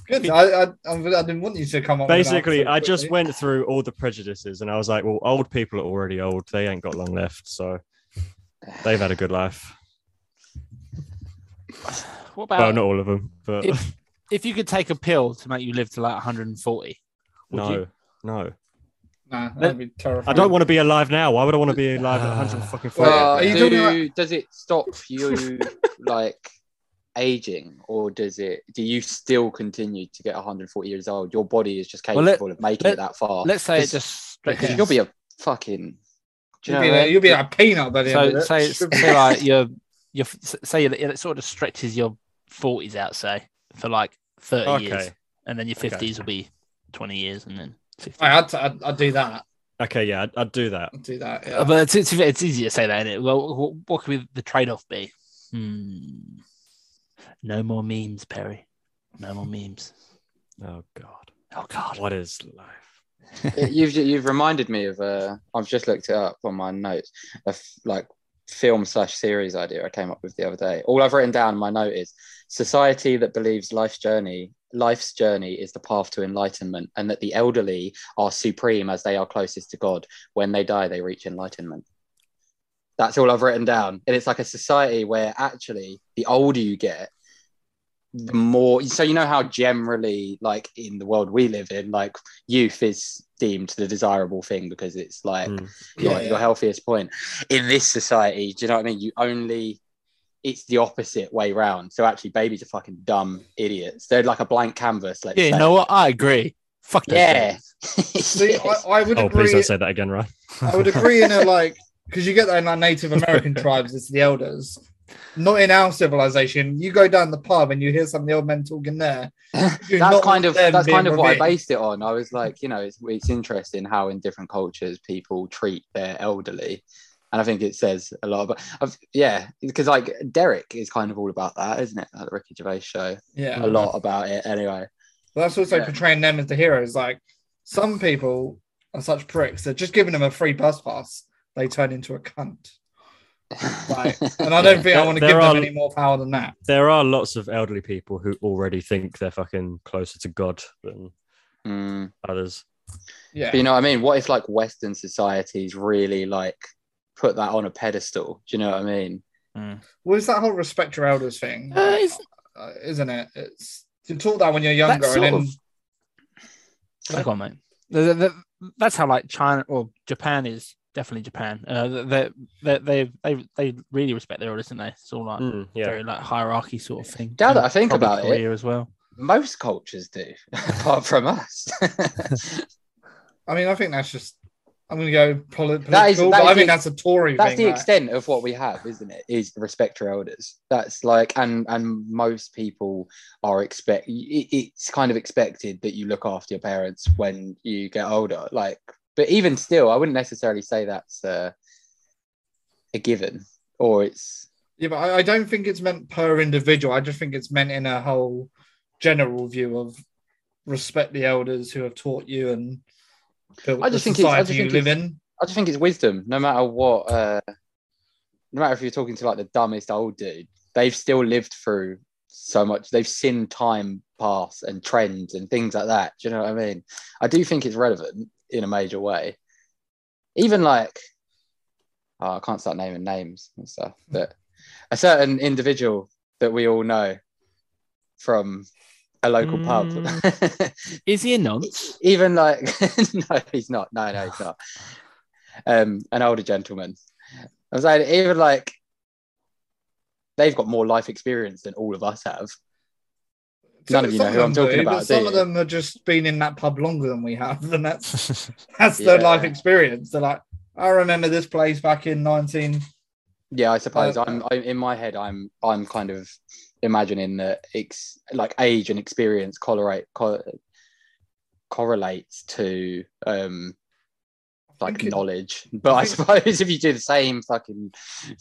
A: Good. I, I, I didn't want you to come up. with an
D: Basically,
A: answer
D: I just
A: quickly.
D: went through all the prejudices and I was like, well, old people are already old. They ain't got long left. So they've had a good life.
E: what about
D: Well, not all of them, but
E: if if you could take a pill to make you live to like 140? Would
D: no,
E: you?
D: no.
A: Nah, that'd be terrifying.
D: I don't want to be alive now. Why would I want to be alive at 100 fucking
A: Well,
C: Well,
A: are you
C: do,
A: talking about-
C: does it stop you like aging, or does it? Do you still continue to get 140 years old? Your body is just capable
E: Well, let-
C: of making
E: let-
C: it that far.
E: Let's say it
C: It's-
E: just
C: because
E: stretches.
C: you'll be a fucking. Do
A: You'll
C: you know
A: be,
C: what I
A: like,
C: mean?
A: you'll be like a peanut by the end
E: so
A: of it.
E: say it's,
A: Should be.
E: say like your your say it it sort of stretches your 40s out say for like 30 years,
D: Okay.
E: and then your
D: Okay.
E: 50s will be 20 years, and then 50.
A: Right, I'd, t- I'd, I'd do that.
D: Okay. Yeah, I'd, I'd do that.
A: I'd do that.
E: Uh,
A: Yeah.
E: But it's, it's, it's easy to say that, isn't it? Well, what, what could be the trade off be? Hmm. No more memes, Perry. No more memes.
D: Oh, God.
E: Oh, God.
D: What is life?
C: you've you've reminded me of uh I've just looked it up on my notes a f- like film slash series idea I came up with the other day. All I've written down in my note is society that believes life's journey life's journey is the path to enlightenment and that the elderly are supreme as they are closest to God. When they die they reach enlightenment. That's all I've written down. And it's like a society where actually the older you get the more so you know how generally like in the world we live in like youth is deemed the desirable thing because it's like
D: Mm.
C: your,
A: Yeah, yeah.
C: your healthiest point in this society do you know what i mean you only it's the opposite way round so actually babies are fucking dumb idiots they're like a blank canvas let's
E: Yeah, you
C: say.
E: know what? I agree. Fuck those
C: Yeah.
E: things.
A: See, I, I would
D: Oh,
A: agree.
D: please don't say that again, Ryan.
A: I would agree in a like because you get that in like Native American tribes, it's the elders. Not in our civilization. You go down the pub and you hear some of the old men talking there. You're
C: that's
A: not
C: kind of
A: them
C: that's
A: being
C: kind of what I
A: revered.
C: based it on. I was like, you know, it's it's interesting how in different cultures people treat their elderly, and I think it says a lot. But I've, yeah, because like Derek is kind of all about that, isn't it? Like the Ricky Gervais show,
A: Yeah,
C: a lot about it. Anyway,
A: but that's also
C: Yeah.
A: portraying them as the heroes. Like some people are such pricks. They're just giving them a free bus pass. They turn into a cunt. Like, and I don't think I
D: There-
A: want to
D: there
A: give
D: are-
A: them any more power than that.
D: There are lots of elderly people who already think they're fucking closer to God than
C: Mm.
D: others.
A: Yeah.
C: But you know what I mean? What if like Western societies really like put that on a pedestal? Do you know what I mean?
A: Well, it's that whole respect your elders thing,
E: Uh, it's-
A: uh, isn't it? It's you taught that when you're younger,
E: That's
A: and then
E: sort Hang on, mate. Th- th- th- That's how like China or Japan is definitely Japan. Uh, they they they they they really respect their elders, don't they? It's all like
D: Mm, yeah.
E: very like hierarchy sort of thing.
C: Now that I think
E: Probably
C: about it,
E: Korea as well.
C: most cultures do, apart from us.
A: I mean, I think that's just. I'm going to go poli- political,
C: That is- that
A: but
C: is
A: I think
C: the-
A: that's a Tory
C: That's
A: thing.
C: the
A: right?
C: extent of what we have, isn't it? Is respect your elders. That's like, and and most people are expect. It, it's kind of expected that you look after your parents when you get older. Like, but even still, I wouldn't necessarily say that's uh, a given, or it's
A: Yeah, but I, I don't think it's meant per individual. I just think it's meant in a whole general view of respect the elders who have taught you and built
C: I
A: the
C: just think it's- I
A: society
C: just
A: you
C: think
A: live
C: it's-
A: in.
C: I just think it's wisdom, no matter what. Uh, no matter if you're talking to like the dumbest old dude, they've still lived through so much. They've seen time pass and trends and things like that. Do you know what I mean? I do think it's relevant in a major way. Even like, oh, I can't start naming names and stuff,
E: Hmm.
C: but a certain individual that we all know from a local pub
E: Hmm. Is he a nonce?
C: even like no he's not no no he's not um an older gentleman i'm saying even like they've got more life experience than all of us have None of you know who I'm
A: them
C: talking
A: do,
C: about,
A: But some
C: do
A: of
C: you?
A: them have just been in that pub longer than we have, and that's that's
C: Yeah.
A: their life experience. They're like, I remember this place back in 19.
C: yeah i suppose
A: Uh,
C: I'm, I'm in my head i'm i'm kind of imagining that ex- like age and experience correlate co- correlates to um like
A: think it-
C: knowledge but I
A: think-
C: suppose if you do the same fucking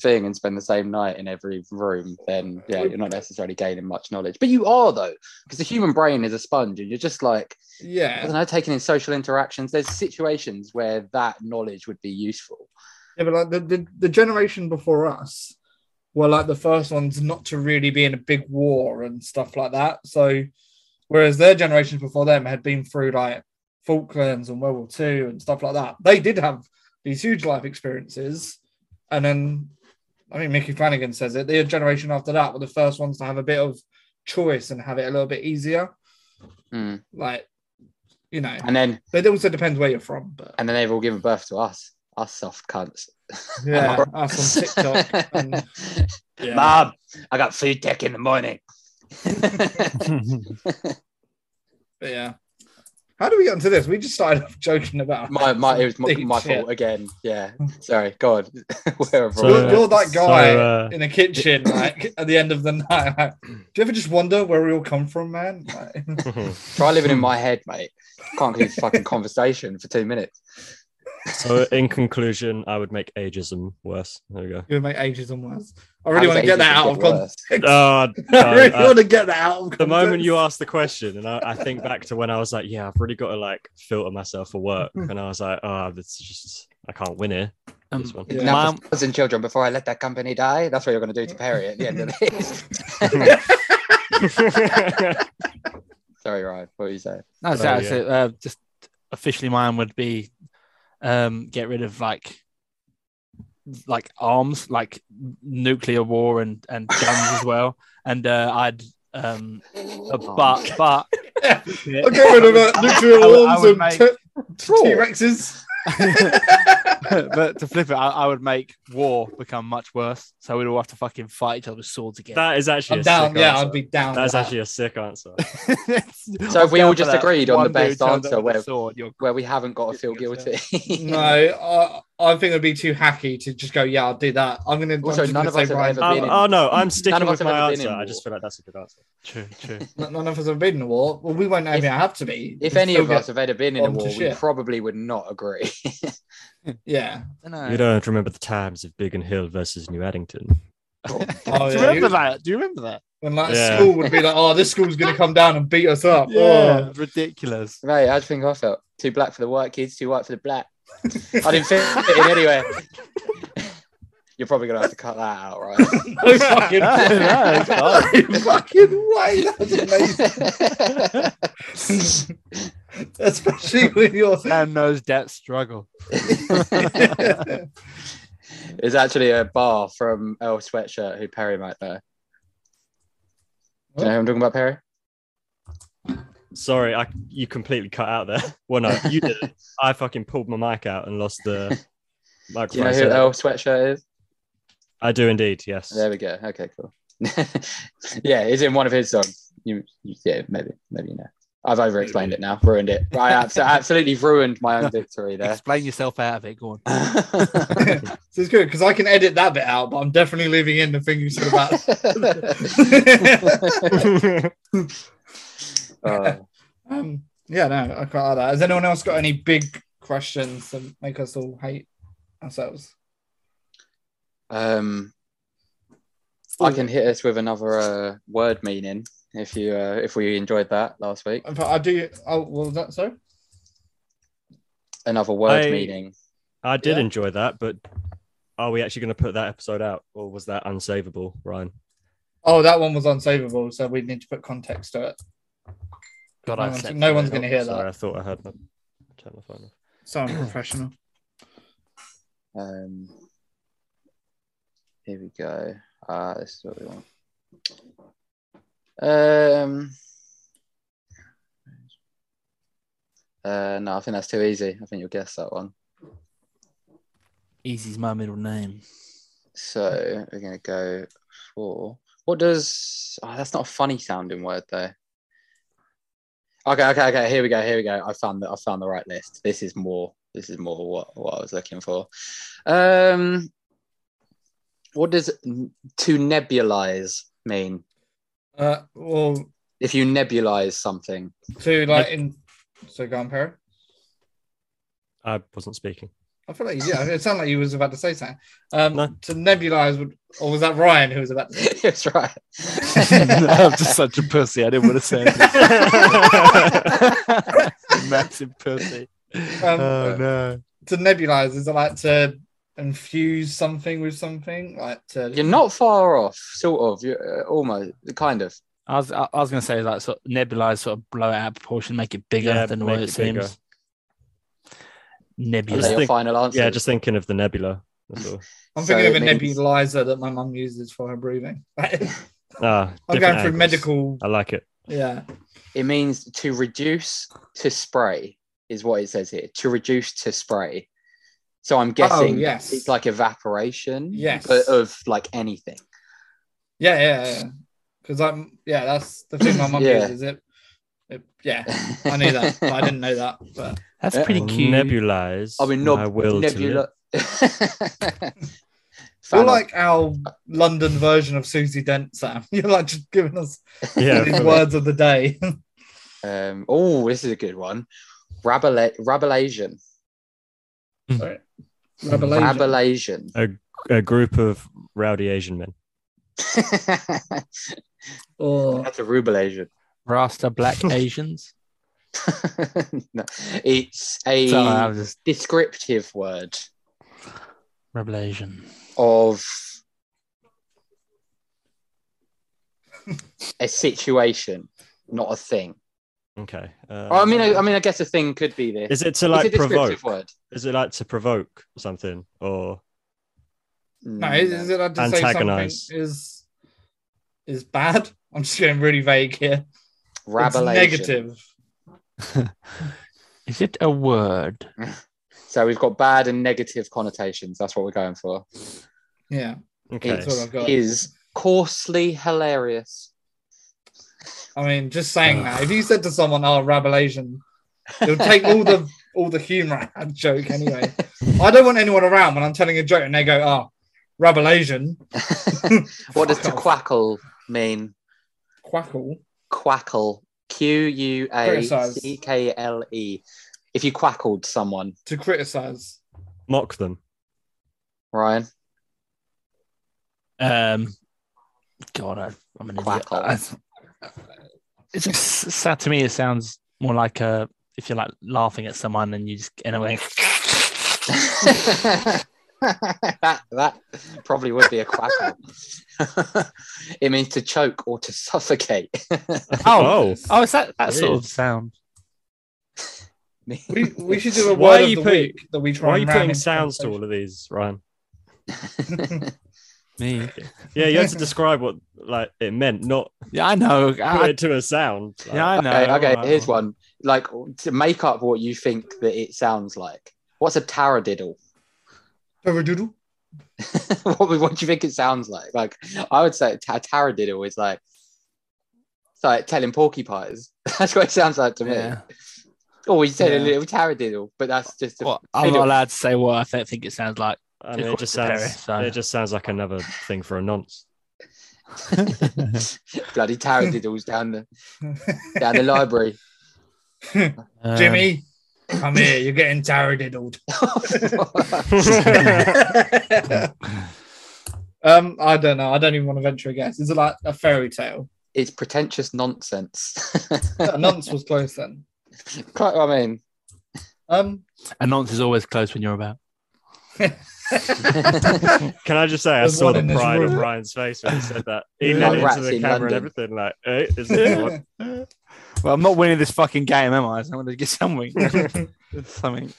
C: thing and spend the same night in every room then yeah you're not necessarily gaining much knowledge but you are though because the human brain is a sponge and you're just like i don't
A: Yeah,
C: know taking in social interactions there's situations where that knowledge would be useful
A: yeah, but like the, the the generation before us were like the first ones not to really be in a big war and stuff like that. So, whereas their generations before them had been through like Falklands and World War Two and stuff like that, they did have these huge life experiences, and then. I mean, Mickey Flanagan says it. The generation after that were the first ones to have a bit of choice and have it a little bit easier.
C: Hmm.
A: Like, you know,
C: and then
A: But it also depends where you're from. But
C: and then they've all given birth to us, us soft cunts.
A: yeah, us on TikTok. And, yeah.
C: Mom, I got food tech in the morning.
A: But yeah. How do we get into this? We just started off joking about
C: my my it was my,
A: Deep
C: my
A: shit.
C: fault again. Yeah, sorry. God, wherever.
D: So-
A: You're, you're that
D: So,
A: guy
D: uh,
A: in the kitchen, like at the end of the night. Like, do you ever just wonder where we all come from, man? Like,
D: mhm.
C: Try living in my head, mate. Can't keep fucking conversation for two minutes.
D: so in conclusion, I would make ageism worse. There we go.
A: you make ageism worse. I really
C: How's
A: want to get that
C: ageism
A: out
C: get
A: of
C: worse?
A: context.
D: Uh,
A: I really
D: uh,
A: want to get that out of context.
D: the moment you asked the question, and I, I think back to when I was like, "Yeah, I've really got to like filter myself for work,"
C: Mm-hmm.
D: and I was like, "Oh, this is just I can't win here."
E: Um,
D: This one.
A: Yeah.
C: Now,
E: my,
C: for thousand children before I let that company die. That's what you're going to do to Perry at the end of this. sorry, Ryan. What were you saying?
E: No, so,
D: Oh,
E: so, uh, just officially mine would be um, get rid of like like arms, like nuclear war and and guns as well. And uh, I'd um, uh, but but
A: I'll get rid of uh, nuclear
E: I would- I
A: arms
E: would
A: and
E: make-
A: T Rexes.
E: but to flip it, I, I would make war become much worse. So we'd all have to fucking fight each other with swords again.
D: That is actually
A: I'm
D: a
A: down.
D: sick
A: Yeah,
D: answer.
A: I'd be down.
D: That's
A: for that.
D: actually a sick answer.
C: So if we
E: I'm
C: all
E: down
C: just
E: for that.
C: agreed on the
E: One dude
C: best
E: turns up
C: answer,
E: with a
C: where
E: sword, you're
C: where we haven't got to feel guilty.
A: No, I, I think it'd be too hacky to just go, yeah, I'll do that. I'm going to.
C: Also,
A: I'm just
C: none
A: gonna
C: of us
A: say
C: have
A: Brian-
C: ever
D: Um,
C: been in-
D: oh no, I'm sticking
C: of us
D: with
C: have
D: my
C: ever been in
D: answer. I
C: war.
D: just feel like that's a good answer.
E: True, true.
A: N- None of us have been in a war. Well, we won't ever
C: If-
A: have to be.
C: If
A: We'll
C: any
A: still
C: of
A: get-
C: us have ever been in a
A: bombed to
C: war, we
A: shit.
C: probably would not agree.
A: yeah.
D: You don't remember the times of Biggin Hill versus New Addington.
A: Oh,
E: Do you
A: yeah,
E: remember
A: you-
E: that? Do you remember that?
A: When like
D: Yeah.
A: school would be like, oh, this school's going to come down and beat us up. Oh.
E: ridiculous.
C: Mate, I think I felt too black for the white kids, too white for the black. I didn't fit in anyway. You're probably gonna have to cut that out, right?
A: No fucking way.
E: No, it's
C: Oh,
E: fine.
A: No Oh, fucking way. That's amazing. Especially when you're.
E: Sam knows that struggle.
C: It's actually a bar from Earl Sweatshirt who Perry might know. Do you know who I'm talking about, Perry?
D: Sorry, I you completely cut out there. Well, no, you did. it. I fucking pulled my mic out and lost the
C: Do you
D: microphone.
C: know who
D: so-
C: Earl Sweatshirt is?
D: I do indeed. Yes.
C: There we go. Okay, cool. yeah, it's in one of his songs. You, you, yeah, maybe, maybe you know. I've over-explained it now. Ruined it. I abs- absolutely ruined my own victory there.
E: Explain yourself out of it. Go on.
A: So it's good because I can edit that bit out, but I'm definitely leaving in the thing you said about.
C: Uh,
A: um, yeah, no, I can't add that. Has anyone else got any big questions to make us all hate ourselves?
C: um, I can hit us with another uh, word meaning if you uh, if we enjoyed that last week.
A: In fact, I do. Oh, well, was that so?
C: Another word
D: I-
C: meaning.
D: I did
A: Yeah.
D: enjoy that, but are we actually going to put that episode out, or was that unsavable, Ryan?
A: Oh, that one was unsavable, so we need to put context to it.
E: God,
A: No
E: I
A: one's,
E: slept.
A: no
E: through
A: one's
E: it.
A: going to hear
D: Sorry,
A: that.
D: I thought I had my turn my phone off.
A: So unprofessional.
C: Um, here we go. Uh, this is what we want. Um, uh, no, I think that's too easy. I think you'll guess that one.
E: Easy's my middle name.
C: So we're gonna go for what does oh, that's not a funny sounding word though. Okay, okay, okay. Here we go. Here we go. I found that. I found the right list. This is more. This is more what what I was looking for. Um, what does n- to nebulize mean?
A: Uh, well,
C: If you nebulize something,
A: to like in. So go on, Perry.
D: I wasn't speaking.
A: I feel like you, yeah, it sounded like you was about to say something. Um,
D: No.
A: To nebulize, would, or was that Ryan who was about to say?
C: that's right.
E: I'm just such a pussy. I didn't want to say it. Massive pussy.
A: Um,
E: oh no.
A: to nebulize is it like to infuse something with something like to
C: You're not far off, sort of. You're uh, almost, kind of.
E: I was I, I was gonna say like sort of nebulize, sort of blow it out of proportion, make it bigger
D: Yeah,
E: than
D: make
E: what it,
D: it bigger.
E: seems.
C: Is that
E: Nebulize.
C: your
D: think-
C: final answer?
D: Yeah, just thinking of the nebula. That's all.
A: i'm
C: So
A: thinking of a
C: it means-
A: nebulizer that my mum uses for her breathing i'm
D: Ah,
A: going
D: different
A: through
D: angles.
A: medical
D: I like it.
A: yeah
C: It means to reduce to spray is what it says here. To reduce to spray. So I'm guessing
A: Oh, yes.
C: it's like evaporation.
A: Yes.
C: But of like anything.
A: yeah yeah because i'm yeah that's the thing my mum
C: Yeah.
A: uses it, it yeah i knew that but i didn't know that but
E: That's
C: Yeah.
E: pretty cute.
D: Nebulize.
C: I mean,
D: my
C: nob-
D: will to
C: nebula.
A: you're
C: Fan art.
A: like our london version of susie dent sam you're like just giving us
D: live. Yeah,
A: these
D: probably.
A: words of the day
C: um, oh, this is a good one. Rabela- Rabelasian.
A: Sorry. Revelation.
C: Rabelasian.
D: a group of rowdy Asian men.
A: or
C: That's a Rubelasian.
E: Rasta black Asians.
C: no, it's a
E: Sorry, I was just
C: descriptive word.
E: rebel Asian.
C: of a situation, not a thing.
D: Okay. Uh,
C: Or, I mean, I, I mean, I guess a thing could be this.
D: is it to
C: It's
D: like
C: a descriptive
D: provoke?
C: word.
D: Is it like to provoke something or
A: No, is, is it like to
D: Antagonise.
A: say something is is bad? I'm just getting really vague here. It's
C: Rabelation.
A: negative.
E: Is it a word?
C: So we've got bad and negative connotations. That's what we're going for.
A: Yeah,
D: okay?
A: that's all I've got.
C: Is coarsely hilarious.
A: I mean, just saying that. If you said to someone, "Oh, Rabelation," you'll take all the all the humor out of the joke anyway. I don't want anyone around when I'm telling a joke and they go, "Oh, Rabelation,
C: what does
A: Fuck
C: to
A: off.
C: quackle mean?
A: quackle."
C: Quackle. Q U A
A: Criticise.
C: C K L E. If you quackled someone,
A: To criticize.
D: Mock them.
C: Ryan.
E: Um, God, I, I'm an idiot.
C: Quackle.
E: I, it's just sad to me. It sounds more like a if you're like laughing at someone and you just in a way.
C: that, that probably would be a quackle. it means to choke or to suffocate.
E: Oh. Oh, is that that
D: It
E: sort of
D: is.
E: sound?
A: We, we should do a
D: Why
A: word
D: are
A: of
D: you
A: the
D: putting-
A: week that we try.
D: Why are you
A: and round
D: putting
A: into
D: sounds to
A: conversation.
D: all of these, Ryan?
E: Me?
D: Yeah, you had to describe what like it meant, not
E: Yeah, I know.
D: put
E: I,
D: it to a sound. Like,
E: yeah, I know.
C: okay, okay
E: Alright,
C: here's
E: alright.
C: one. Like to make up what you think that it sounds like. What's a taradiddle?
A: Paradiddle?
C: what, what do you think it sounds like? Like I would say a ta- taradiddle is like like telling porcupines. that's what it sounds like to me.
E: Yeah.
C: Or he's telling
E: Yeah.
C: little taradiddle, but that's just a
E: Well, I'm
C: fiddle.
E: not allowed to say what I th- think it sounds like.
D: I
E: Just
D: mean, it
E: watch
D: just
E: the
D: sounds
E: Paris, so-
D: it just sounds like another thing for a nonce.
C: bloody taradiddles down the down the library.
E: Um,
A: Jimmy, come here. You're getting taradiddled. um, I don't know. I don't even want to venture a guess. Is it like a fairy tale?
C: it's pretentious nonsense.
A: Nonce was close then.
C: Quite what I mean.
A: Um,
E: A nonce is always close when you're about.
D: Can I just say I
A: There's
D: saw
A: one
D: the
A: in this
D: pride on
A: room.
D: Ryan's face when he said that. He
A: Yeah.
D: leaned
A: Like
D: into
C: rats
D: the
C: in
D: camera and
C: London.
D: everything like, hey, is this the one?
F: Well, I'm not winning this fucking game, am I? So I'm going to get something. something.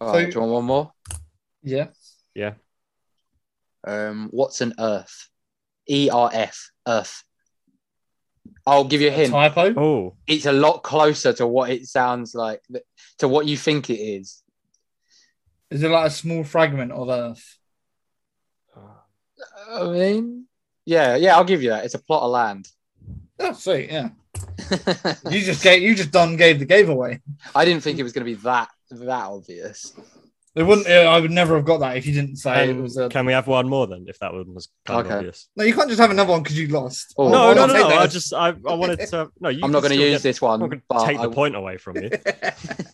C: All
A: So-
C: right, do you want one more?
A: yeah.
C: Um, what's an earth? E R F, earth. I'll give you a hint.
A: Typo.
D: Oh,
C: It's a lot closer to what it sounds like, th- to what you think it is.
A: Is it like a small fragment of Earth?
C: I mean, yeah, yeah, I'll give you that. It's a plot of land.
A: Oh, sweet. Yeah. You just gave. You just done gave the gave away.
C: I didn't think it was going to be that that obvious.
A: It wouldn't. I would never have got that if you didn't say it
D: can,
A: was a.
D: can we have one more then? If that one was kind
C: Okay.
D: of obvious.
A: No, you can't just have another one because you lost.
C: Oh,
D: no,
C: I'll
D: no, no,
A: take
D: no.
A: that
D: I
A: as-
D: just I, I wanted to. No, you
C: I'm not going to use
D: this.
C: this one,
D: I'm not going
C: but
D: to take
C: I,
D: the point away from you.
C: I'm
D: It's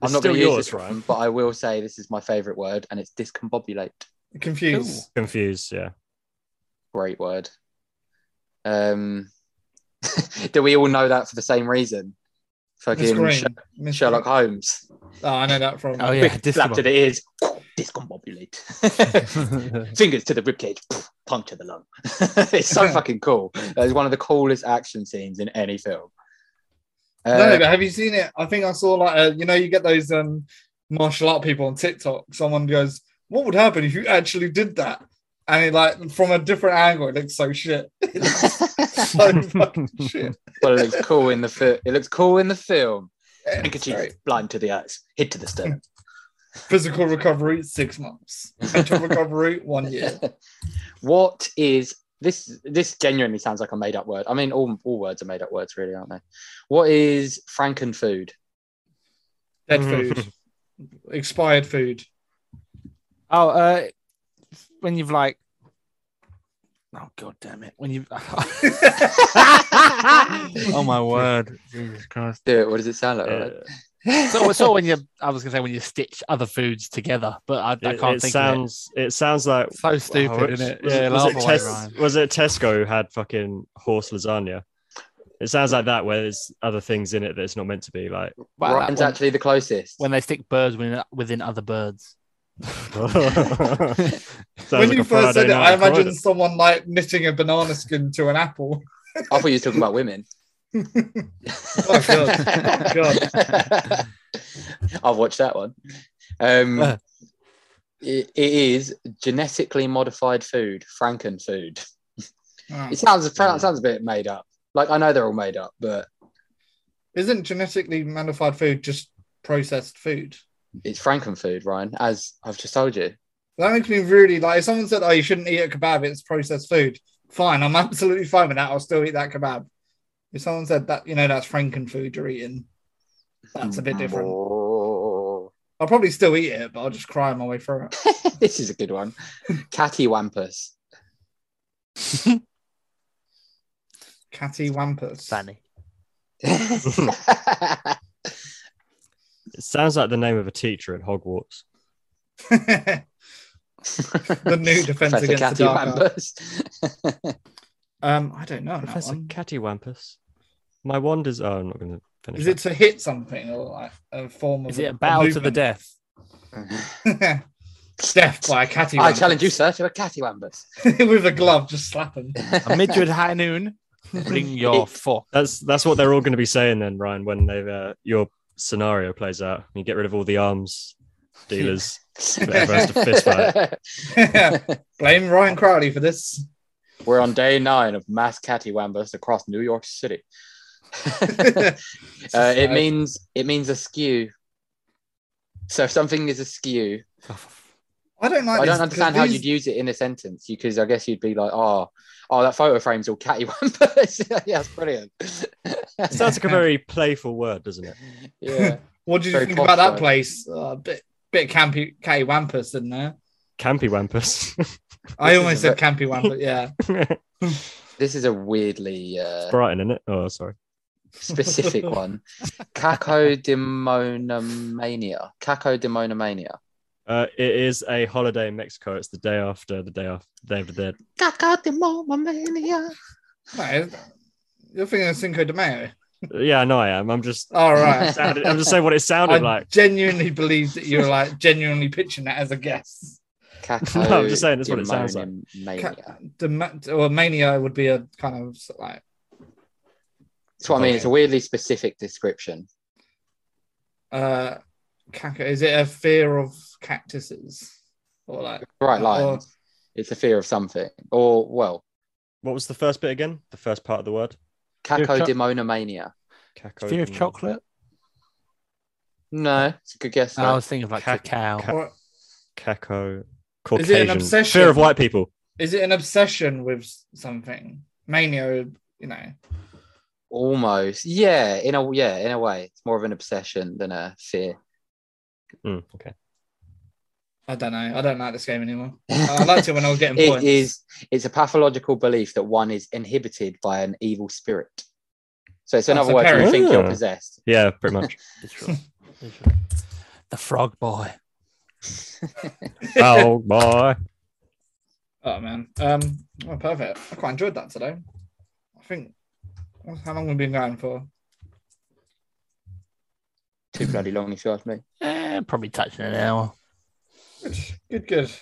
C: not
D: still
C: going to use
D: yours,
C: this
D: Ryan.
C: one, but I will say this is my favorite word, and it's discombobulate.
A: Confused.
D: Confused, yeah.
C: Great word. Um, do we all know that for the same reason?
A: Miss
C: Fucking
A: Green.
C: Sher-
A: Miss
C: Sherlock Holmes.
A: Green. Oh, I know that from.
E: Oh yeah,
C: Slapped it
E: discombobulate.
C: is discombobulate. Fingers to the ribcage, puncture the lung. it's so fucking cool. It's one of the coolest action scenes in any film.
A: no,
C: Uh,
A: but have you seen it? I think I saw like a, you know you get those um martial art people on TikTok. Someone goes, "What would happen if you actually did that?" And it like from a different angle, it looks so shit. It looks so fucking shit.
C: but it looks cool in the film. It looks cool in the film.
A: Yeah,
C: Handkerchief
A: sorry.
C: blind to the eyes, hit to the stern.
A: Physical recovery six months. Mental recovery one year.
C: what is this? This genuinely sounds like a made up word. I mean, all, all words are made up words, really, aren't they? What is Frankenfood?
A: Dead
D: Mm.
A: food. Expired food.
E: Oh, uh, when you've like, oh god damn it, when you, have oh my word, Jesus Christ.
C: Do it. What does it sound like?
D: Uh,
C: Right?
E: So, so when you, I was gonna say when you stitch other foods together, but I, I
D: it,
E: can't
D: it
E: think
D: sounds it. sounds like
E: of it. So stupid,
D: oh,
E: isn't it?
D: Was,
E: yeah,
D: it, was,
E: laugh
D: it
E: away,
D: Tes-
E: Ryan.
D: was it Tesco who had fucking horse lasagna? It sounds like that where there's other things in it that's not meant to be like
E: Wow, that
C: Ryan's
E: one-
C: actually the closest.
E: when they stick birds within, within other birds.
D: Sounds
A: when
D: like
A: you
D: a
A: first said
D: Friday
A: it, I
D: night corridor.
A: imagined someone like knitting a banana skin to an apple.
C: I thought you were talking about women.
A: Oh, God. Oh,
C: God. I've watched that one. Um,
E: Uh.
C: it- it is genetically modified food, Frankenfood.
A: Oh.
C: It sounds it sounds a bit made up. Like I know they're all made up, but
A: Isn't genetically modified food just processed food?
C: it's Frankenfood, Ryan, as I've just told you.
A: That makes me really like if someone said, Oh, you shouldn't eat a kebab, it's processed food. Fine, I'm absolutely fine with that. I'll still eat that kebab. If someone said that, you know, that's Franken food you're eating, that's a bit different.
C: Oh.
A: I'll probably still eat it, but I'll just cry my way through it.
C: this is a good one. Catty Wampus.
A: Catty Wampus.
E: Fanny.
D: It sounds like the name of a teacher at Hogwarts.
A: the new defense
C: Professor
A: against the
C: Catty
A: dark. Art.
C: Wampus.
A: Um, I don't know. that
D: Professor
A: one.
D: Cattywampus. My wand is. Oh, I'm not going to finish.
A: Is
D: that.
A: it to hit something or like a form of
E: Is it a battle to the
A: movement?
E: death?
A: Death by a catty.
C: I
A: wampus.
C: challenge you, sir, to a Catty Wampus.
A: with a glove, just slap him.
E: A midget high noon. Bring your fork.
D: That's that's what they're all going to be saying then, Ryan, when they uh, your scenario plays out. and You get rid of all the arms dealers. Everyone has to fist fight.
A: Blame Ryan Crowley for this.
C: We're on day nine of mass cattywampus across New York City. uh, it means it means askew. So if something is askew,
A: I don't like.
C: I
A: this
C: don't understand how
A: because
C: you'd use it in a sentence because I guess you'd be like, oh, oh, that photo frame's all catty wampus. yeah, that's brilliant.
D: It sounds like a very playful word, doesn't it?
C: yeah.
A: What do you
C: Very
A: think about that
C: posh, though.
A: place? Uh, bit bit campy, catty wampus in there.
D: Campy wampus.
A: I
C: This is
A: almost
C: a
A: said campy wampus. Yeah,
C: This is a weirdly uh,
D: Brighton, isn't it? Oh, sorry.
C: specific one. Cacodemonomania. Cacodemonomania.
D: Uh, it is a holiday in Mexico. It's the day after the day after Day of the Dead.
C: Cacodemonomania.
A: no, it's- you're thinking of Cinco de Mayo.
D: Yeah, I know I am. I'm just
A: All right.
D: sounded, I'm just saying what it sounded
A: I
D: like.
A: genuinely believe that you're like genuinely pitching that as a guess.
C: Caco.
D: No, I'm just saying that's what it sounds like.
A: Ca- Dema- or mania would be a kind of s- like
C: That's what I mean. It's a weirdly specific description.
A: uh, caca. Is it a fear of cactuses or like
C: Right
D: Uh,
C: lines.
A: Or-
C: It's a fear of something. Or, well,
D: What was the first bit again? The first part of the word?
E: of cho-
C: cacodemonomania.
D: Caco-
E: Fear of chocolate?
C: No, it's a good guess.
E: I
D: Oh,
C: though.
E: was thinking of like
D: ca-
E: cacao.
D: ca-
A: or
D: Caco.
A: Is it an
D: Caucasian.
A: obsession?
D: Fear of white people.
A: is it an obsession with s- something? Mania, you know.
C: Almost. Yeah, in a yeah, in a way. It's more of an obsession than a fear.
D: Mm, okay.
A: I don't know. I don't like this game anymore. I liked it when I was getting
C: It
A: points.
C: is it's a pathological belief that one is inhibited by an evil spirit. So it's
A: That's
C: another
A: a
C: word
A: parrot.
C: you think you're
D: Ah.
C: possessed.
D: Yeah, pretty much.
E: Literal. Literal. the frog boy.
D: oh boy.
A: Oh man. Um. Oh, perfect. I quite enjoyed that today. I think. How long have we been going for?
C: Too bloody long if you ask me.
E: Eh, probably touching an hour.
A: Good. Good. Good.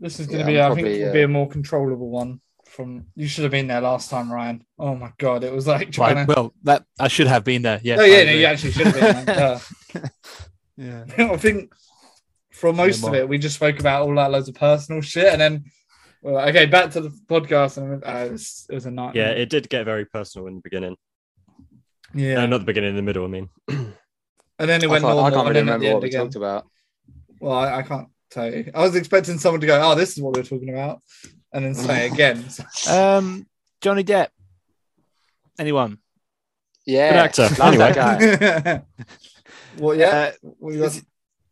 A: This is going
C: Yeah,
A: to be.
C: I'm
A: I think
C: probably,
A: it'll
C: uh,
A: be a more controllable one. From you should have been there last time, Ryan. Oh my god, it was like trying
E: Like,
A: to.
E: well, that I should have been there. Yes,
A: oh
E: I
A: yeah, no,
E: agree.
A: you actually should have been. there. Yeah.
E: yeah.
A: I think for most of
E: more.
A: it, we just spoke about all that loads of personal shit, and then well, okay, back to the podcast, and uh, it, was, it was a nightmare.
D: Yeah, it did get very personal in the beginning.
A: yeah.
D: No, not the beginning, in the middle, I mean.
A: and then it
C: I
A: went
C: can't, I
A: normal,
C: can't
A: and
C: really
A: then at the
C: remember
A: end
C: what we
A: again.
C: talked about.
A: Well, I, I can't tell you. I was expecting someone to go, "Oh, this is what we were talking about," and then say it again. So-
E: Um, Johnny Depp. Anyone?
C: Yeah.
D: actor.
C: Love
D: Anyway.
C: that guy.
A: well, yeah.
E: Uh,
A: What you got?
E: is,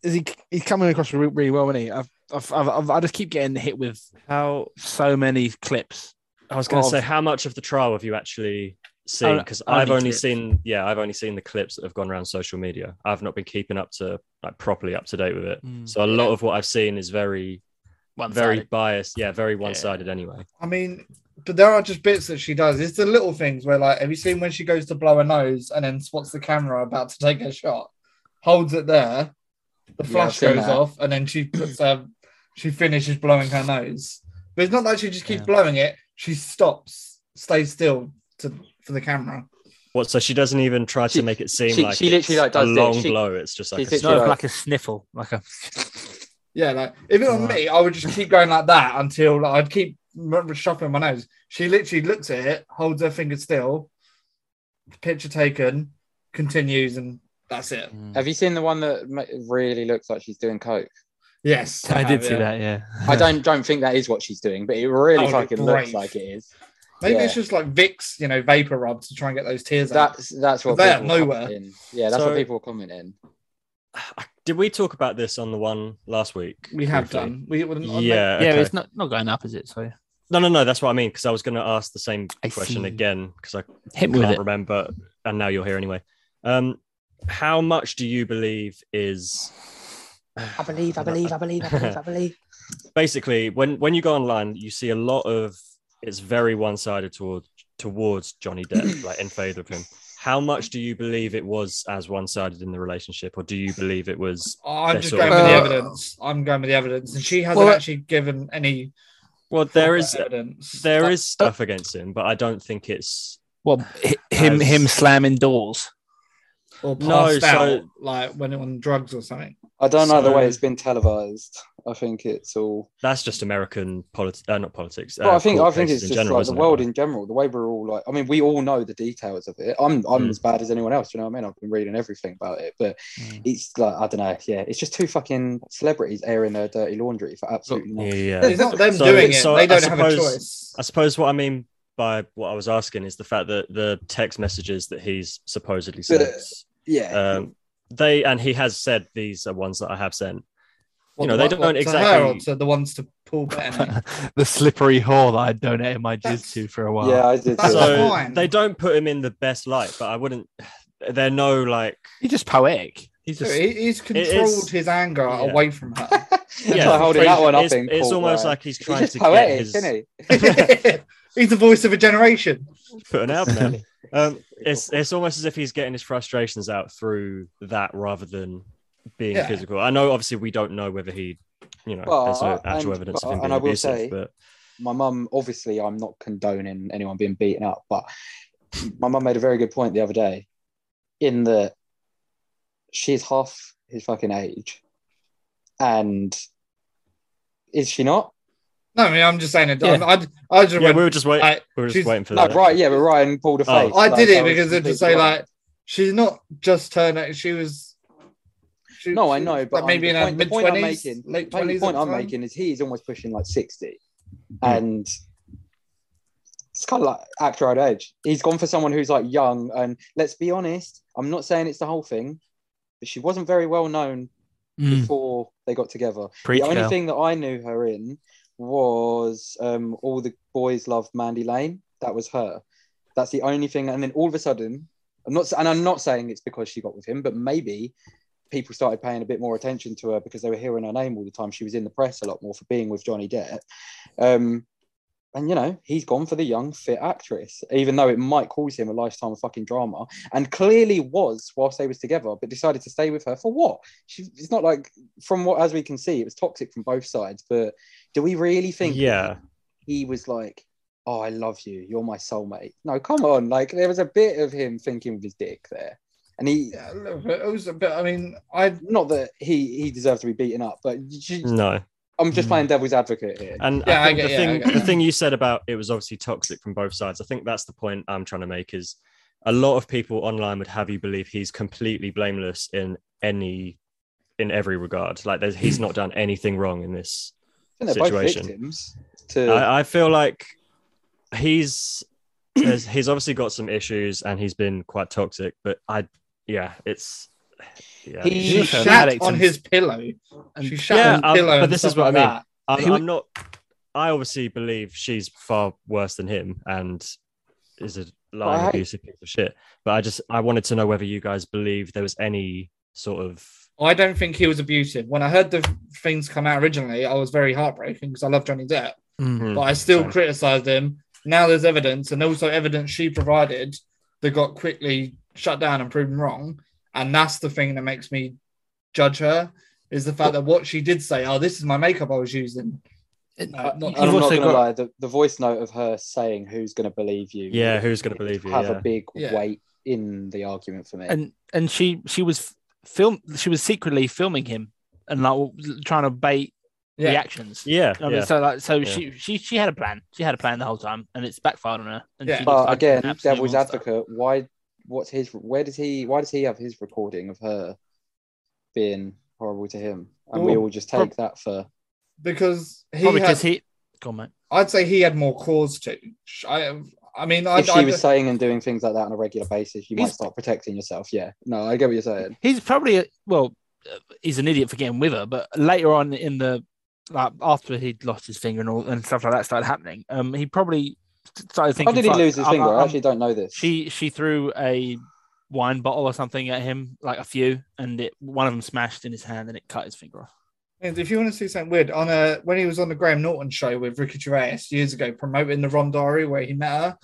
E: is he? He's coming across re- really well, isn't he? I've, I've, I've, I've, I just keep getting hit with
D: How
E: so many clips.
D: I was going to
E: of-
D: say, how much of the trial have you actually seen?
E: Oh,
D: Because
E: only
D: I've only
E: clips.
D: seen, yeah, I've only seen the clips that have gone around social media. I've not been keeping up to like properly up to date with it.
E: Mm.
D: So a lot of what I've seen is very,
E: One
D: very biased. Yeah, very one-sided. Anyway,
A: I mean, but there are just bits that she does. It's the little things where, like, have you seen when she goes to blow her nose and then spots the camera about to take her shot, holds it there, the
C: Yeah,
A: flash
C: I've seen
A: goes
C: that.
A: off, and then she puts her, she finishes blowing her nose. But it's not like she just keeps
E: Yeah.
A: blowing it. She stops, stays still to for the camera.
D: what? So she doesn't even try
C: She-
D: to make it seem
C: she-
D: like
C: she literally,
D: it's
C: like, does
D: a
C: this.
D: long
C: She-
D: blow. It's just like
C: she's
D: a
C: literally
D: slow-
E: No,
C: Sure.
E: like a sniffle, like a.
A: Yeah, like if it were
E: Right.
A: me, I would just keep going like that until like, I'd keep m- shuffling my nose. She literally looks at it, holds her finger still, picture taken, continues, and that's it.
C: Have you seen the one that ma- really looks like she's doing coke?
A: Yes,
E: I did
A: have,
E: see
A: yeah.
E: that. Yeah.
C: I don't don't think that is what she's doing, but it really
A: That would be
C: fucking looks
A: brave.
C: like it is.
A: Maybe
C: Yeah.
A: it's just like Vicks, you know, vapor rub to try and get those tears out.
C: That's that's what
A: They're out
C: people were
A: nowhere.
C: commenting. Yeah, that's
D: So-
C: what people were commenting.
D: Did we talk about this on the one last week?
A: We have
D: briefly?
A: done. We would
D: Yeah.
E: Yeah,
D: okay.
E: it's not not going up, is it? So
D: No, no, no. That's what I mean. Because I was going to ask the same
E: I
D: question
E: see.
D: again because I
E: hit me with
D: can't
E: it.
D: remember, and now you're here anyway. Um, how much do you believe is?
C: I believe, I believe, I believe, I believe, I believe.
D: Basically, when when you go online, you see a lot of it's very one sided toward towards Johnny Depp, like in favor of him. How much do you believe it was as one sided in the relationship, or do you believe it was?
A: I'm
D: They're
A: just
D: sort
A: going
D: of-
A: with the
E: Uh,
A: evidence. I'm going with the evidence, and she hasn't
E: Well,
A: actually given any.
D: Well, there is
A: proper evidence.
D: there
E: Uh,
D: is stuff against him, but I don't think it's
E: Well, hi- him
D: As-
E: him slamming doors.
A: or
D: No,
A: passed out,
D: so-
A: like when it on drugs or something.
C: I don't know the
D: So-
C: way it's been televised. I think it's all.
D: That's just American politics, uh, not politics.
C: Well,
D: uh,
C: I think I
D: court
C: think
D: cases
C: it's
D: in
C: just
D: general,
C: like the
D: isn't it?
C: world in general. The way we're all like, I mean, we all know the details of it. I'm I'm
D: Mm.
C: as bad as anyone else. You know what I mean? I've been reading everything about it, but
D: Hmm.
E: Mm.
C: it's like I don't know. Yeah, it's just two fucking celebrities airing their dirty laundry for absolutely
D: Yeah,
C: nothing.
D: yeah.
A: It's not them
D: So-
A: doing it.
D: so
A: they
D: I
A: don't have a
D: suppose-
A: choice.
D: I suppose what I mean by what I was asking is the fact that the text messages that he's supposedly
C: But, uh,
D: sent,
C: Yeah,
D: um, they and he has said these are ones that I have sent.
A: What,
D: know,
A: the
D: they
A: one-
D: don't
A: to her or
D: exactly-
A: to the ones to Paul Bettany.
E: the slippery whore that I donated my jizz
A: That's-
E: to for a while.
C: yeah, I did.
A: That's
C: too.
D: so
A: fine.
D: they don't put him in the best light, but I wouldn't. They're no like
E: He's just poetic. He's just
A: He- he's controlled
D: is-
A: his anger
D: yeah.
A: away from her.
C: That's why holding that one up
D: It's,
C: in
D: it's
C: court,
D: almost
C: right?
D: like he's
C: he's
D: trying
C: just
D: to
C: poetic,
D: get his
C: isn't he?
A: he's the voice of a generation.
D: put an album out. Um, it's it's almost as if he's getting his frustrations out through that rather than being
A: Yeah.
D: physical. I know, obviously, we don't know whether he, you know,
C: Well,
D: there's no
C: and-
D: actual evidence
C: but-
D: of him
C: and
D: being
C: I will
D: abusive,
C: say-
D: but
C: my mum obviously i'm not condoning anyone being beaten up but my mum made a very good point the other day in that she's half his fucking age and is she not
A: No, I mean, I'm just saying it. I'm-
E: Yeah.
A: I, I just
D: yeah,
A: went-
D: we were just waiting.
A: I-
D: we were just
A: she's-
D: waiting for
C: no
D: that.
C: right yeah but ryan pulled a
D: Oh.
C: face
A: I
C: like,
A: did
C: that
A: it
C: was
A: because it
C: completely
A: just say
C: wrong.
A: like she's not just turned. She was. She,
C: No, I
A: she
C: know,
A: was,
C: but
A: like,
C: I'm-
A: maybe
C: the
A: in her
C: point- the
A: mid
C: point I'm
A: twenties,
C: making-
A: late
C: Mate, the
A: twenties.
C: point i'm making is he's almost pushing like 60 and it's kind of like actor out age he's gone for someone who's like young and let's be honest i'm not saying it's the whole thing but she wasn't very well known
E: Mm.
C: before they got together
E: preach
C: the only
E: girl.
C: thing that i knew her in was um, all the boys love mandy lane that was her that's the only thing and then all of a sudden i'm not and i'm not saying it's because she got with him but maybe people started paying a bit more attention to her because they were hearing her name all the time. She was in the press a lot more for being with Johnny Depp. Um, and you know, he's gone for the young, fit actress, even though it might cause him a lifetime of fucking drama. And clearly was whilst they was together, but decided to stay with her for what? She, it's not like from what as we can see, it was toxic from both sides. But do we really think
D: Yeah,
C: he was like, "Oh, I love you. You're my soulmate"? No, come on. Like there was a bit of him thinking with his dick there, and he
A: Yeah, a little bit. It was a bit. I mean, I
C: not that he he deserves to be beaten up, but you- you-
D: no,
C: I'm just
E: Mm.
C: playing devil's advocate here.
D: and
A: Yeah, I
D: I think
A: get-
D: the
A: yeah, I
D: thing
A: get
D: the
A: that.
D: thing you said about it was obviously toxic from both sides. I think that's the point I'm trying to make is a lot of people online would have you believe he's completely blameless in any in every regard. Like there's, he's not done anything wrong in this
C: And they're both
D: Situation.
C: victims. To
D: I, I feel like he's there's, he's obviously got some issues and he's been quite toxic, but I yeah, it's yeah.
C: He-
A: she
E: She's an
A: shat
E: addict
A: on
E: and-
A: his pillow. She
E: and-
A: shat
D: Yeah,
A: on
D: um,
A: his pillow.
D: but
A: and
D: this is
A: stuff
D: what I
A: like
D: mean.
A: that.
D: I'm,
E: he-
D: I'm not. I obviously believe she's far worse than him and is a lying
C: Right.
D: abusive piece of shit. But I just I wanted to know whether you guys believe there was any sort of
A: I don't think he was abusive. When I heard the things come out originally, I was very heartbroken because I love Johnny Depp,
E: Mm.
D: Hmm.
A: but I still
D: same.
A: criticised him. Now there's evidence, and also evidence she provided that got quickly shut down and proven wrong. And that's the thing that makes me judge her is the fact that what she did say, oh, this is my makeup I was using.
E: It-
A: No, not-
E: you've
C: and I'm Uh, not
E: also
C: gonna
E: got-
C: lie, the, the voice note of her saying who's gonna believe you.
D: yeah, who's gonna believe you?
C: have
D: Yeah.
C: a big
A: Yeah.
C: weight in the argument for me.
E: and and she she was film she was secretly filming him and like trying to bait
A: Yeah.
E: reactions.
D: yeah,
E: I mean,
D: yeah.
E: so like, so
D: Yeah.
E: she she she had a plan. She had a plan the whole time, and it's backfired on her. And
A: Yeah.
E: she looks
C: but
E: like an
C: again,
E: absolute
C: devil's
E: monster.
C: advocate, why what's his where does he why does he have his recording of her being horrible to him? And we
A: Well,
C: all just take that for
A: Because he
E: Probably because
A: had,
E: he. Go on, mate.
A: I'd say he had more cause to. Sh- I, I mean, I,
C: if
A: I,
C: she was saying and doing things like that on a regular basis, you might
E: He's-
C: start protecting yourself. Yeah. No, I get what you're saying.
E: He's probably a, well, uh, he's an idiot for getting with her. But later on in the like after he'd lost his finger and all and stuff like that started happening, um, he probably started
C: How
E: thinking.
C: did he
E: "Fuck,
C: lose his
E: I'm-
C: finger? I
E: I'm-
C: actually don't know this.
E: she she threw a wine bottle or something at him, like a few, and it one of them smashed in his hand and it cut his finger off.
A: And if you want to see something weird, on a when he was on the Graham Norton show with Ricky Gervais years ago, promoting the Ron Diary where he met her,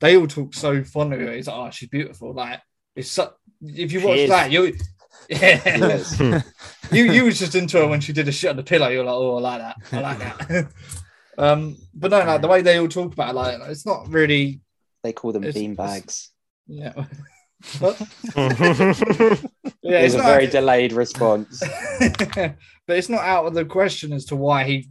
A: they all talk so fondly of her. He's like, "Oh, she's beautiful." Like, it's so, if you
E: She
A: watch
E: is.
A: that, you, yeah,
C: Yes.
A: you you was just into her when she did a shit on the pillow. You're like, "Oh, I like that. I like that." um, but no, like the way they all talk about, it, like, it's not really,
C: They call them
A: It's-
C: bean
A: it's-
C: bags.
A: you know. But,
D: yeah,
A: yeah,
C: It was
A: it's
C: a
A: not-
C: very delayed response.
A: but but it's not out of the question as to why he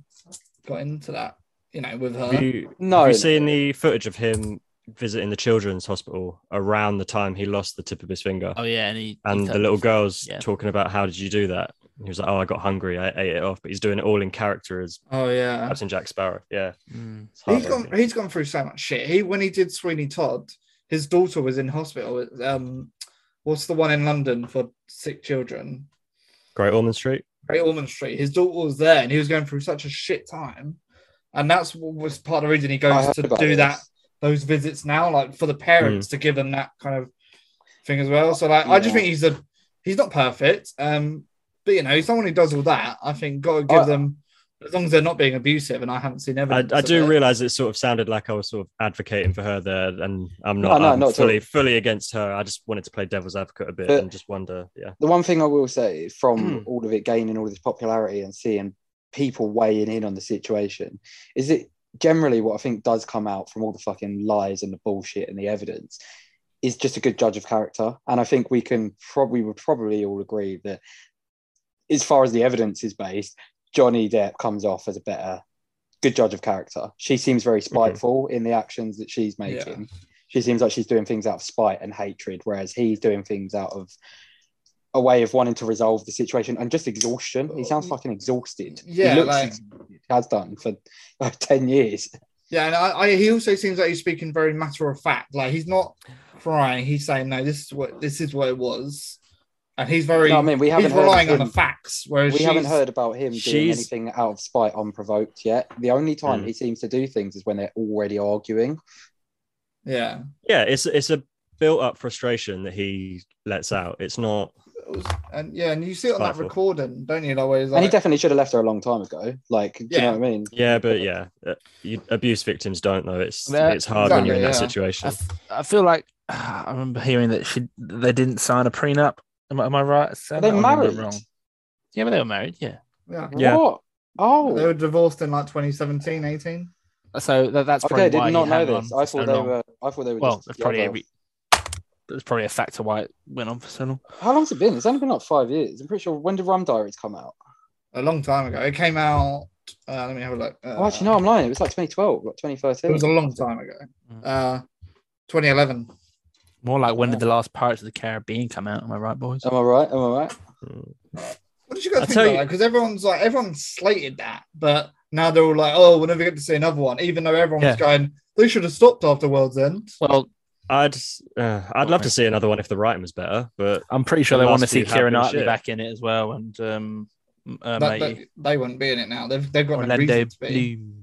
A: got into that. You know, with her.
D: Have you,
C: No,
D: have you seen the footage of him visiting the children's hospital around the time he lost the tip of his finger?
E: Oh yeah, and he
D: and the little girl's
E: yeah.
D: talking about how did you do that? He was like, oh, I got hungry, I ate it off. But he's doing it all in character as
A: Oh yeah,
D: Captain Jack Sparrow. Yeah,
E: Mm.
D: it's
A: he's
D: heartbreaking.
A: gone. He's gone through so much shit. He when he did Sweeney Todd, his daughter was in hospital. Um, what's the one in London for sick children?
D: Great Ormond Street.
A: Great Ormond Street. His daughter was there, and he was going through such a shit time, and that's what was part of the reason he
C: I
A: goes
C: heard
A: to do
C: about this. Hmm.
A: that those visits now, like for the parents to give them that kind of thing as well. So like, I just
C: Yeah.
A: think he's a he's not perfect, um, but you know, someone who does all that, I think got to give
C: I-
A: them as long as they're not being abusive, and I haven't seen
D: I,
A: evidence.
D: I
A: of
D: do
A: it.
D: realize it sort of sounded like I was sort of advocating for her there, and I'm
C: No,
D: not,
C: no,
D: I'm
C: not at
D: fully
C: all.
D: fully against her. I just wanted to play devil's advocate a bit
C: But-
D: and just wonder. Yeah,
C: the one thing I will say from
A: Hmm.
D: Mm.
C: all of it gaining all this popularity and seeing people weighing in on the situation is it generally what I think does come out from all the fucking lies and the bullshit and the evidence is just a good judge of character. And I think we can probably would probably all agree that as far as the evidence is based, Johnny Depp comes off as a better good judge of character. She seems very
A: Mm-hmm.
C: spiteful in the actions that she's making. She seems like she's doing things out of spite and hatred, whereas he's doing things out of a way of wanting to resolve the situation and just exhaustion. He sounds fucking exhausted.
A: Uh, Yeah,
C: he looks
A: like-
C: exhausted. has done for like ten years.
A: Yeah, and I, I, he also seems like he's speaking very matter of fact. Like he's not crying. He's saying, "No, this is what this is what it was,of and he's very.
C: No, I mean we haven't
A: he's
C: heard of
A: relying on the
C: him-
A: facts, whereas
C: we
A: she's,
C: haven't heard about him doing
D: she's-
C: anything out of spite unprovoked yet. The only time
D: Mm.
C: he seems to do things is when they're already arguing.
A: Yeah,
D: yeah, it's it's a built up frustration that he lets out. It's not.
A: It was- and yeah, and you see it on that
D: Spiteful.
A: recording, don't you? Like, where he's
C: and he
A: like-
C: definitely should have left her a long time ago. Like, do
A: Yeah.
C: you know what I mean?
D: Yeah, but yeah, uh, you, abuse victims don't though. It's
E: Yeah,
D: it's hard when you're in that
A: exactly,
E: I,
D: situation.
E: f- I feel like I remember hearing that she they didn't sign a prenup. Am, I- am I right?
C: Are they married?
E: Yeah, but they were married. Yeah.
A: yeah.
D: Yeah.
C: What? Oh,
A: They were divorced in like 2017,
E: So that, that's
C: okay.
E: probably
C: I did
E: why he
C: not know
E: hung
C: this.
E: on for
C: I thought
E: so
C: they
E: long.
C: were. I thought they were.
E: Well,
C: just
E: that's probably
C: together.
E: every. That's probably a factor why it went on for so long.
C: How long's it been? It's only been like five years. I'm pretty sure. When did Rum Diaries come out?
A: A long time ago. It came out. Uh, let me have a look. Uh,
C: oh, actually, no, I'm lying. It was like 2012, like
A: it was a
C: 2013.
A: long time ago. Uh, 2011.
E: More like when did the last Pirates of the Caribbean come out? Am I right, boys?
C: Am I right? Am I right?
D: Mm.
A: What did you guys
D: I'll
A: think
D: tell
A: about
D: you-
A: that? Because everyone's like, everyone slated that, but now they're all like, oh, we'll never get to see another one, even though everyone's
E: Yeah.
A: going, they should have stopped after World's End.
E: Well,
D: I'd uh, I'd love to see another one if the writing was better, but
E: I'm pretty sure
D: The
E: they want to
D: last
E: see
D: few have
E: Kieran
D: been
E: Knightley
D: shit.
E: back in it as well, and um, m-
A: That,
E: uh,
A: that-
E: matey,
A: they wouldn't be in it now. They've, they've got no
E: Orlando
A: reason to be.
E: Bloom.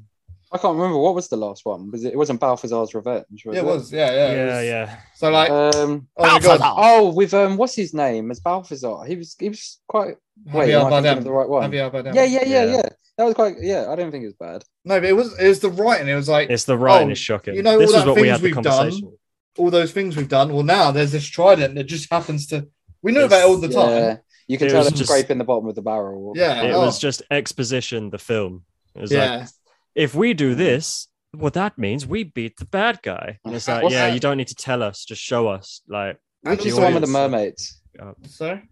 C: I can't remember what was the last one. Was it? It wasn't Balthazar's Revenge. Was
A: Yeah, it was. Yeah, yeah. it
D: yeah,
A: was.
D: yeah.
A: So, like,
C: Um,
A: oh my God.
C: oh, with um, what's his name as Balthazar? He was. He was quite. Wait,
A: Javier
C: am I thinking
A: Bardem.
C: of the right one?
A: Javier Bardem.
C: Yeah, yeah, yeah,
D: Yeah.
C: yeah, That was quite. Yeah, I don't think it was bad.
A: No, but it was, it was the writing. It was like,
D: It's the writing
A: Oh,
D: is shocking.
A: you know
D: this
A: all
D: was
A: that
D: what we
A: things
D: had the
A: we've done?
D: conversation.
A: all those things we've done. Well, now there's this trident that just happens to, we know about it all the
C: Yeah,
A: time.
C: you can
D: It
C: tell
D: was
C: them
D: just-
C: scraping the bottom of the barrel.
A: Yeah.
D: It
A: oh,
D: was just exposition. The film. It was like
A: yeah. Mm.
D: if we do this, well, that means we beat the bad guy. And it's like,
A: What's
D: yeah,
A: that?
D: you don't need to tell us, just show us. Like,
C: Which
A: And
C: is the one with the
D: audience-
C: mermaids?
A: Sorry?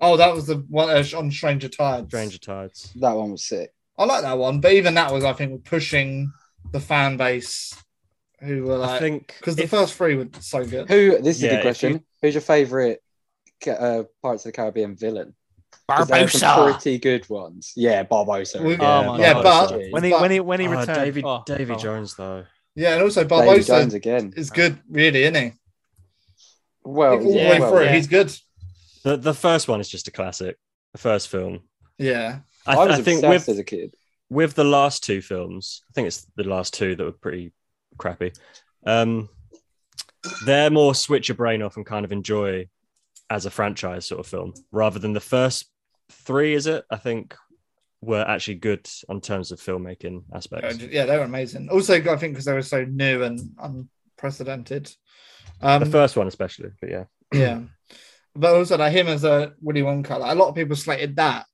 A: Oh, that was the one uh, on Stranger Tides.
D: Stranger Tides.
C: That one was sick.
A: I like that one, but even that was, I think, pushing the fan base who were
D: I
A: like,
D: think
A: because the
D: if-
A: first three were so good.
C: Who? This is
D: Yeah,
C: a
D: if
C: good question. Who's your favorite uh, Pirates of the Caribbean villain? 'Cause they have some
E: Barbosa. Oh
C: pretty good ones. Yeah, Barbosa.
A: We-
D: Yeah,
E: my
A: yeah,
D: God.
A: but
C: Jeez.
E: When he when he when he
D: Ah,
E: returned,
D: Davy,
E: oh,
D: Davy
E: oh.
D: Jones, though.
A: yeah, and also
C: Davy Jones
A: Barbosa
C: again.
A: is good, really, isn't he?
C: Well,
A: all
C: Oh, yeah,
A: the way
C: well,
A: through,
E: yeah.
A: he's good.
D: The, the first one is just a classic. The first film.
A: Yeah,
D: I,
C: I
D: th-
C: was
D: I think
C: obsessed
D: with
C: as a kid.
D: with the last two films, I think it's the last two that were pretty crappy. Um, they're more switch your brain off and kind of enjoy as a franchise sort of film rather than the first three. Is it? I think were actually good on terms of filmmaking aspects.
A: yeah, they were amazing. Also, I think because they were so new and unprecedented.
D: the
A: Um,
D: first one especially, but yeah,
A: yeah, but also like him as a Willy Wonka, like, a lot of people slated that,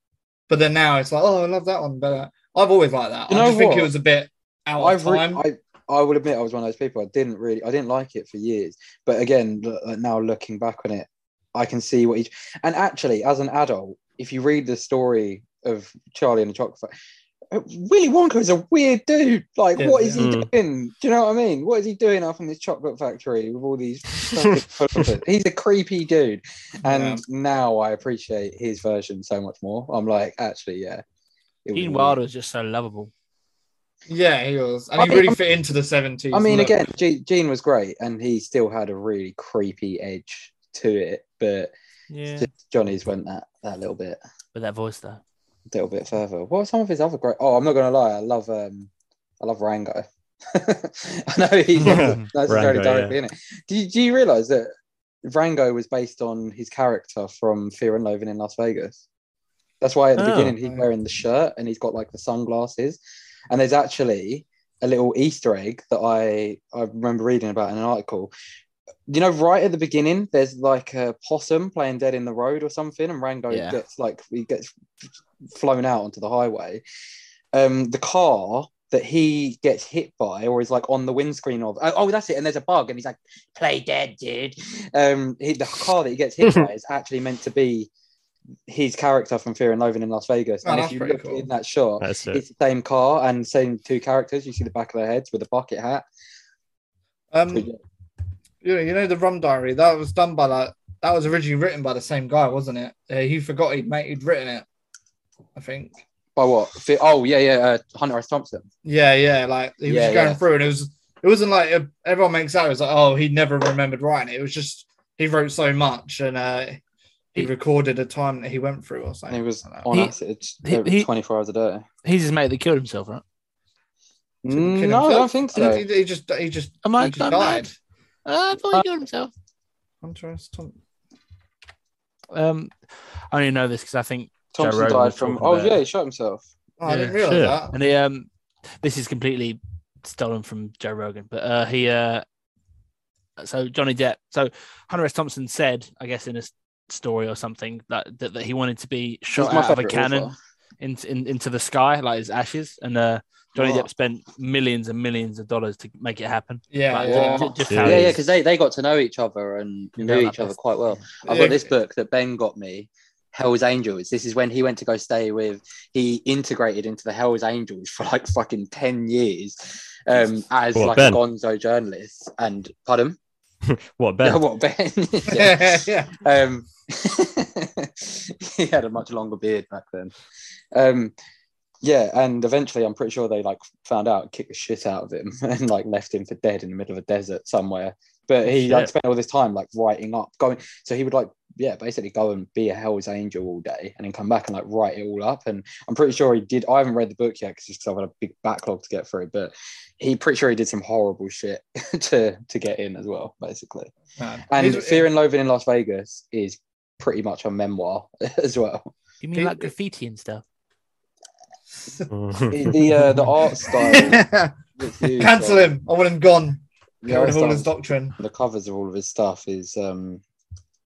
A: but then now it's like, oh, I love that one. But uh, I've always liked that.
C: You
A: I
C: know
A: just think
C: what?
A: it was a bit out of
C: I've re-
A: time.
C: I, I will admit I was one of those people. I didn't really, I didn't like it for years. But again, l- uh, now looking back on it, I can see what each. And actually, as an adult, if you read the story of Charlie and the Chocolate Factory. uh, Willy Wonka is a weird dude. Like,
A: Yeah.
C: what is he
D: Mm.
C: doing? Do you know what I mean? What is he doing up in this chocolate factory with all these? fucking- He's a creepy dude, and
A: Yeah.
C: now I appreciate his version so much more. I'm like, actually, yeah. It was
E: Gene
C: weird.
E: Wilder is just so lovable.
A: Yeah, he was, and
C: I
A: he
C: mean,
A: really
C: I'm-
A: fit into the seventies.
C: I mean, again, Gene, Gene was great, and he still had a really creepy edge to it, but
E: Yeah.
C: just Johnny's went that that little bit.
E: With that voice though.
C: a little bit further. What are some of his other great? Oh, I'm not gonna lie, I love um, I love Rango. I know he's not necessarily
D: Rango,
C: directly in it. Do you, do you realize that Rango was based on his character from Fear and Loathing in Las Vegas? That's why at the
D: Oh.
C: beginning he's wearing the shirt and he's got like the sunglasses. And there's actually a little Easter egg that I I remember reading about in an article. You know, right at the beginning, there's like a possum playing dead in the road or something, and Rango
E: Yeah.
C: gets like he gets flown out onto the highway. Um, the car that he gets hit by, or is like on the windscreen of. Oh, oh, that's it. And there's a bug, and he's like, "Play dead, dude." Um, he, the car that he gets hit by is actually meant to be his character from Fear and Loathing in Las Vegas.
A: Oh,
C: and if
A: that's
C: you
A: pretty
C: look
A: cool.
C: in that shot,
D: That's it.
C: it's the same car and same two characters. You see the back of their heads with a bucket hat.
A: um, you know, you know the Rum Diary that was done by that. That was originally written by the same guy, wasn't it? Uh, he forgot he'd made he'd written it. I think.
C: By what? Fe- Oh yeah, yeah. Uh, Hunter S. Thompson.
A: Yeah, yeah. Like he was
C: Yeah,
A: just going
C: yeah.
A: through, and it was it wasn't like uh everyone makes out. It was like, oh, he never remembered writing it. It was just he wrote so much, and uh, he recorded a time that he went through or
C: And
A: something.
C: he was
A: I don't know.
C: on
E: He-
C: acid
E: he- he-
C: twenty four hours a day.
E: He's his mate that killed himself, right?
A: Did he kill
C: No, I don't
A: himself?
C: think so.
A: He, he just he just,
E: Am I
A: he just
E: that
A: died.
E: mad? Uh, I thought he killed himself.
A: Hunter S. Thompson.
E: Um, I only know this because I think,
C: Thompson
E: Rogan
C: died
E: was
C: from.
E: talking
C: Oh
E: about it.
C: yeah, he shot himself.
A: Oh, I didn't
E: Yeah.
A: realize
D: Shit.
A: that.
E: and he, um, this is completely stolen from Joe Rogan, but uh, he, uh, so Johnny Depp, so Hunter S. Thompson said, I guess in his story or something, that that, that he wanted to be shot
C: He's my
E: out of a
C: favourite
E: cannon
C: author.
E: in, in, into the sky, like his ashes, and uh, Johnny
C: Wow.
E: Depp spent millions and millions of dollars to make it happen.
A: Yeah,
E: Like,
A: yeah.
E: ju- ju- just
D: Yeah.
E: how
C: Yeah,
E: he
C: yeah,
E: is.
C: because they, they got to know each other and
E: You
C: knew
E: know that
C: each other
E: best.
C: quite well. I've
A: Yeah.
C: got this book that Ben got me, Hell's Angels. This is when he went to go stay with, he integrated into the Hell's Angels for like fucking 10 years um, as
D: What,
C: like
D: Ben?
C: a gonzo journalist. And pardon?
D: What Ben?
C: what, Ben? Yeah.
A: yeah, yeah.
C: um, he had a much longer beard back then. Um, yeah, and eventually, I'm pretty sure they like found out, kicked the shit out of him, and like left him for dead in the middle of a desert somewhere. But he like
D: Shit.
C: spent all this time like writing up, going. So he would like, yeah, basically go and be a hell's angel all day, and then come back and like write it all up. And I'm pretty sure he did. I haven't read the book yet because I've had a big backlog to get through. But he pretty sure he did some horrible shit to to get in as well, basically.
A: Man.
C: And
A: He's-
C: Fear and Loathing in Las Vegas is pretty much a memoir as well.
E: You mean
A: He-
E: like graffiti and stuff?
C: The the, uh, the art style. that's used,
A: Cancel
C: like,
A: him. I want him gone.
C: the
A: Get
C: art
A: rid of all
C: style-
A: his doctrine.
C: The covers of all of his stuff is um,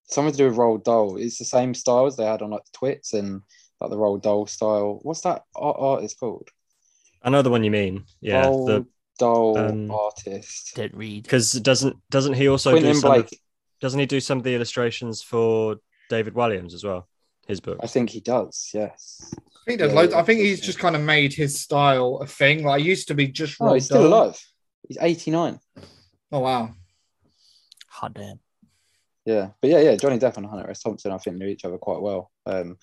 C: something to do with Roald Dahl. It's the same styles they had on like the Twits and like the Roald Dahl style. What's that art artist called?
D: I know the one you mean. Yeah,
C: Roald Dahl
D: um,
C: artist.
E: Don't read.
D: because doesn't doesn't he also do
C: Quentin
D: some of,
C: Blake.
D: doesn't he do some of the illustrations for David Williams as well? His book.
C: I think he does. Yes.
A: I think, there's
C: Yeah,
A: loads,
C: yeah.
A: I think he's just kind of made his style a thing. Like, it used to be just
C: Oh,
A: Roald
C: he's still
A: Dahl.
C: alive. He's eighty nine.
A: Oh, wow.
E: Hot damn.
C: Yeah, but yeah, yeah, Johnny Depp and Hunter S. Thompson, I think, knew each other quite well. Um,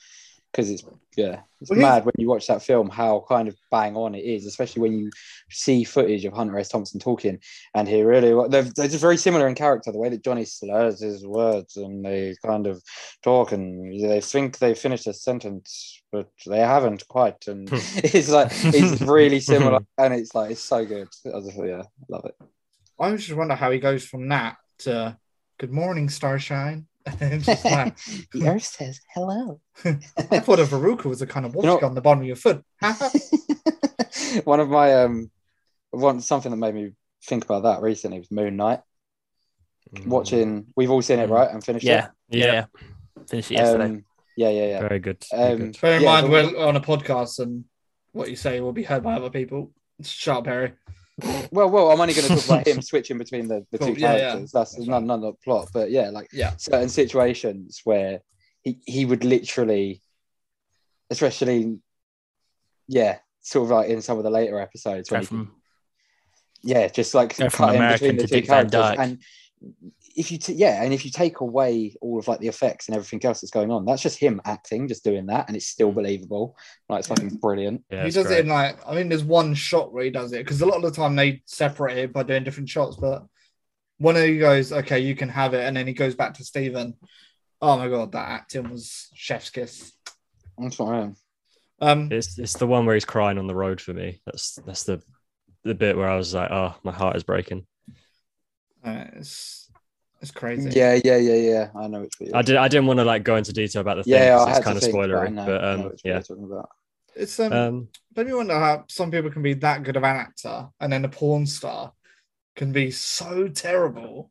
C: because it's yeah, it's
A: Well, he's-
C: mad when you watch that film how kind of bang on it is, especially when you see footage of Hunter S. Thompson talking, and he really wa- they're, they're just very similar in character. The way that Johnny slurs his words and they kind of talk and they think they finished a sentence, but they haven't quite, and it's like it's really similar, and it's like it's so good. I was just, yeah, love it.
A: I always just wonder how he goes from that to good morning, starshine. It's just like,
C: the Earth says hello.
A: I thought a veruca was a kind of water
C: know-
A: on the bottom of your foot.
C: one of my um one something that made me think about that recently was Moon Knight. Watching we've all seen it,
E: Mm.
C: right? And finished
E: Yeah,
D: Mm. Yeah,
E: yeah. Finished it yesterday.
C: Um, yeah, yeah, yeah.
D: very good. very
C: Um,
D: good.
A: Bear in
C: yeah,
A: mind,
C: the-
A: we're on a podcast, and what you say will be heard by other people. Shut up, Harry.
C: well, well, I'm only going to talk about him switching between the, the
A: Cool,
C: two
A: yeah, yeah.
C: characters. That's,
A: That's
C: none, none of the plot, but yeah, like
A: Yeah.
C: certain situations where he, he would literally especially, yeah, sort of like in some of the later episodes.
E: Go
C: When you,
E: from
C: yeah, just like
E: go from
C: cut in
E: American
C: between the
E: to
C: two
E: Dick Van
C: characters.
E: Dyke.
C: And if you, t- yeah, and if you take away all of like the effects and everything else that's going on, that's just him acting, just doing that, and it's still believable. Like it's fucking brilliant.
D: Yeah,
A: he
D: it's
A: does
D: great.
A: it in like I mean, there's one shot where he does it because a lot of the time they separate it by doing different shots. But one of you goes, "Okay, you can have it," and then he goes back to Steven. Oh my god, that acting was chef's kiss.
C: That's what I am.
A: Um,
D: It's it's the one where he's crying on the road for me. That's that's the the bit where I was like, oh, my heart is breaking.
A: uh, it's it's crazy.
C: Yeah, yeah, yeah, yeah. I know which video.
D: I did I didn't want to like go into detail about the thing.
C: yeah,
D: 'cause
C: I
D: it's
C: had
D: kind
C: to
D: of
C: think, but I
D: spoilery,
C: know- I
D: but
C: know
D: um,
C: which video
D: yeah.
C: you're talking about.
A: It's um,
D: Um,
A: Don't you wonder how some people can be that good of an actor and then a porn star can be so terrible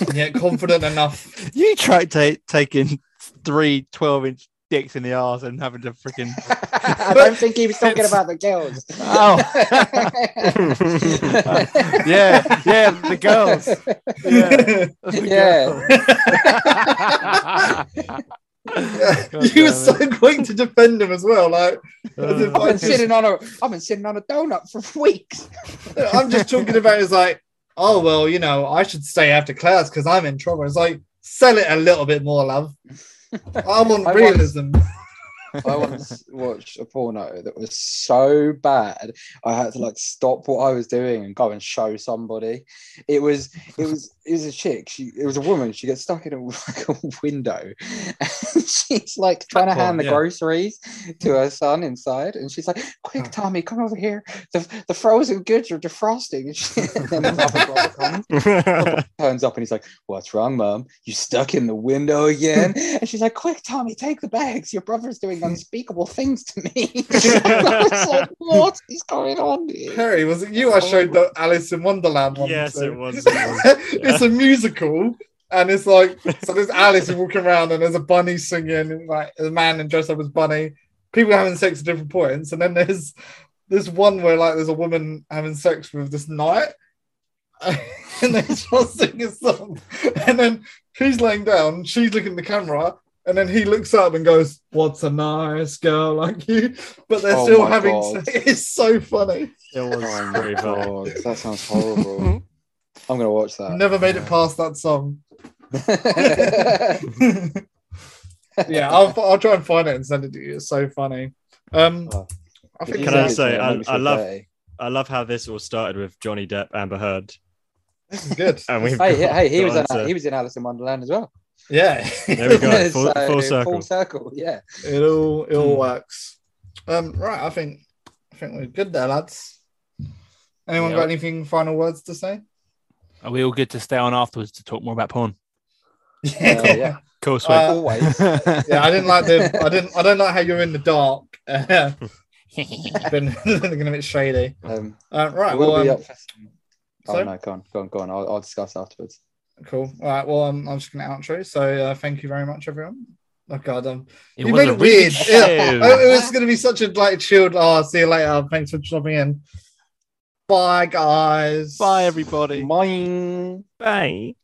A: and yet confident enough?
E: you try ta- taking three 12 inch dicks in the arse and having to freaking
C: I don't think he was talking about the girls.
E: Oh. yeah yeah the girls yeah, the
C: Yeah.
E: girls.
A: you were so quick to defend him as well. Like, as if
C: I've
A: I
C: been
A: just,
C: sitting on a I've been sitting on a donut for weeks.
A: I'm just talking about it as like, oh, well, you know, I should stay after class because I'm in trouble. It's like, sell it a little bit more, love. I want
C: I want-
A: realism.
C: I once watched a porno that was so bad I had to like stop what I was doing and go and show somebody. It was it was it was a chick. She it was a woman. She gets stuck in a, like, a window, and she's like trying to
E: Platform,
C: hand the
E: yeah.
C: groceries to her son inside, and she's like, "Quick, Tommy, come over here. The the frozen goods are defrosting." And, she, and then the other brother comes turns up and he's like, What's wrong, mum? You stuck in the window again? and she's like, Quick, Tommy, take the bags. Your brother's doing unspeakable things to me. I was like, What is going on here?
A: Perry, was it you I showed the Alice in Wonderland one?
D: Yes,
A: to?
D: it was, it was,
A: it's a musical, and it's like so. There's Alice walking around, and there's a bunny singing, and like a man dressed up as bunny. People having sex at different points, and then there's there's one where like there's a woman having sex with this knight, and they start singing a song, and then he's laying down, she's looking at the camera. And then he looks up and goes, "What's a nice girl like you?" But they're
C: Oh
A: still
C: my
A: having.
C: God.
A: sex. It's so funny.
D: it
C: Oh
D: was
C: my
D: pretty funny.
C: God, that sounds
A: Hmm?
C: horrible. I'm gonna watch that.
A: Never made it past that song. yeah, I'll, I'll try and find it and send it to you. It's so funny. Um,
C: Oh.
A: I think
D: Can
A: that-
D: I say, I- I love- I love how this all started with Johnny Depp, Amber Heard,
A: this is good.
D: and we've
C: Hey,
D: got-
C: hey, he was
D: got
C: in,
D: onto-
C: he was in Alice in Wonderland as well.
A: Yeah,
D: There we go. Full,
C: So,
D: full circle.
C: Full circle, yeah.
A: it all it
D: Hmm.
A: all works. Um, right, I think I think we're good there, lads. Anyone
E: Yeah.
A: got anything final words to say?
E: are we all good to stay on afterwards to talk more about porn
C: Yeah, yeah.
E: cool sweet
A: Uh,
C: Always.
A: yeah, I didn't like the I didn't I don't like how you're in the dark. Uh, been looking a bit shady.
C: Um,
A: Uh, right,
C: we'll,
A: well,
C: be
A: um,
C: up for some. Oh
A: sorry?
C: no, go on, go on, go on. I'll, I'll discuss afterwards.
A: Cool. All right. Well, um, I'm just going to outro. So uh, thank you very much, everyone. Oh God, um,
E: It
A: you
E: was
A: made
E: a
A: it weird.
E: show.
A: Yeah. Oh, it was going to be such a like chilled. Oh, see you later. Thanks for dropping in. Bye, guys.
E: Bye, everybody.
C: Mine.
D: Bye.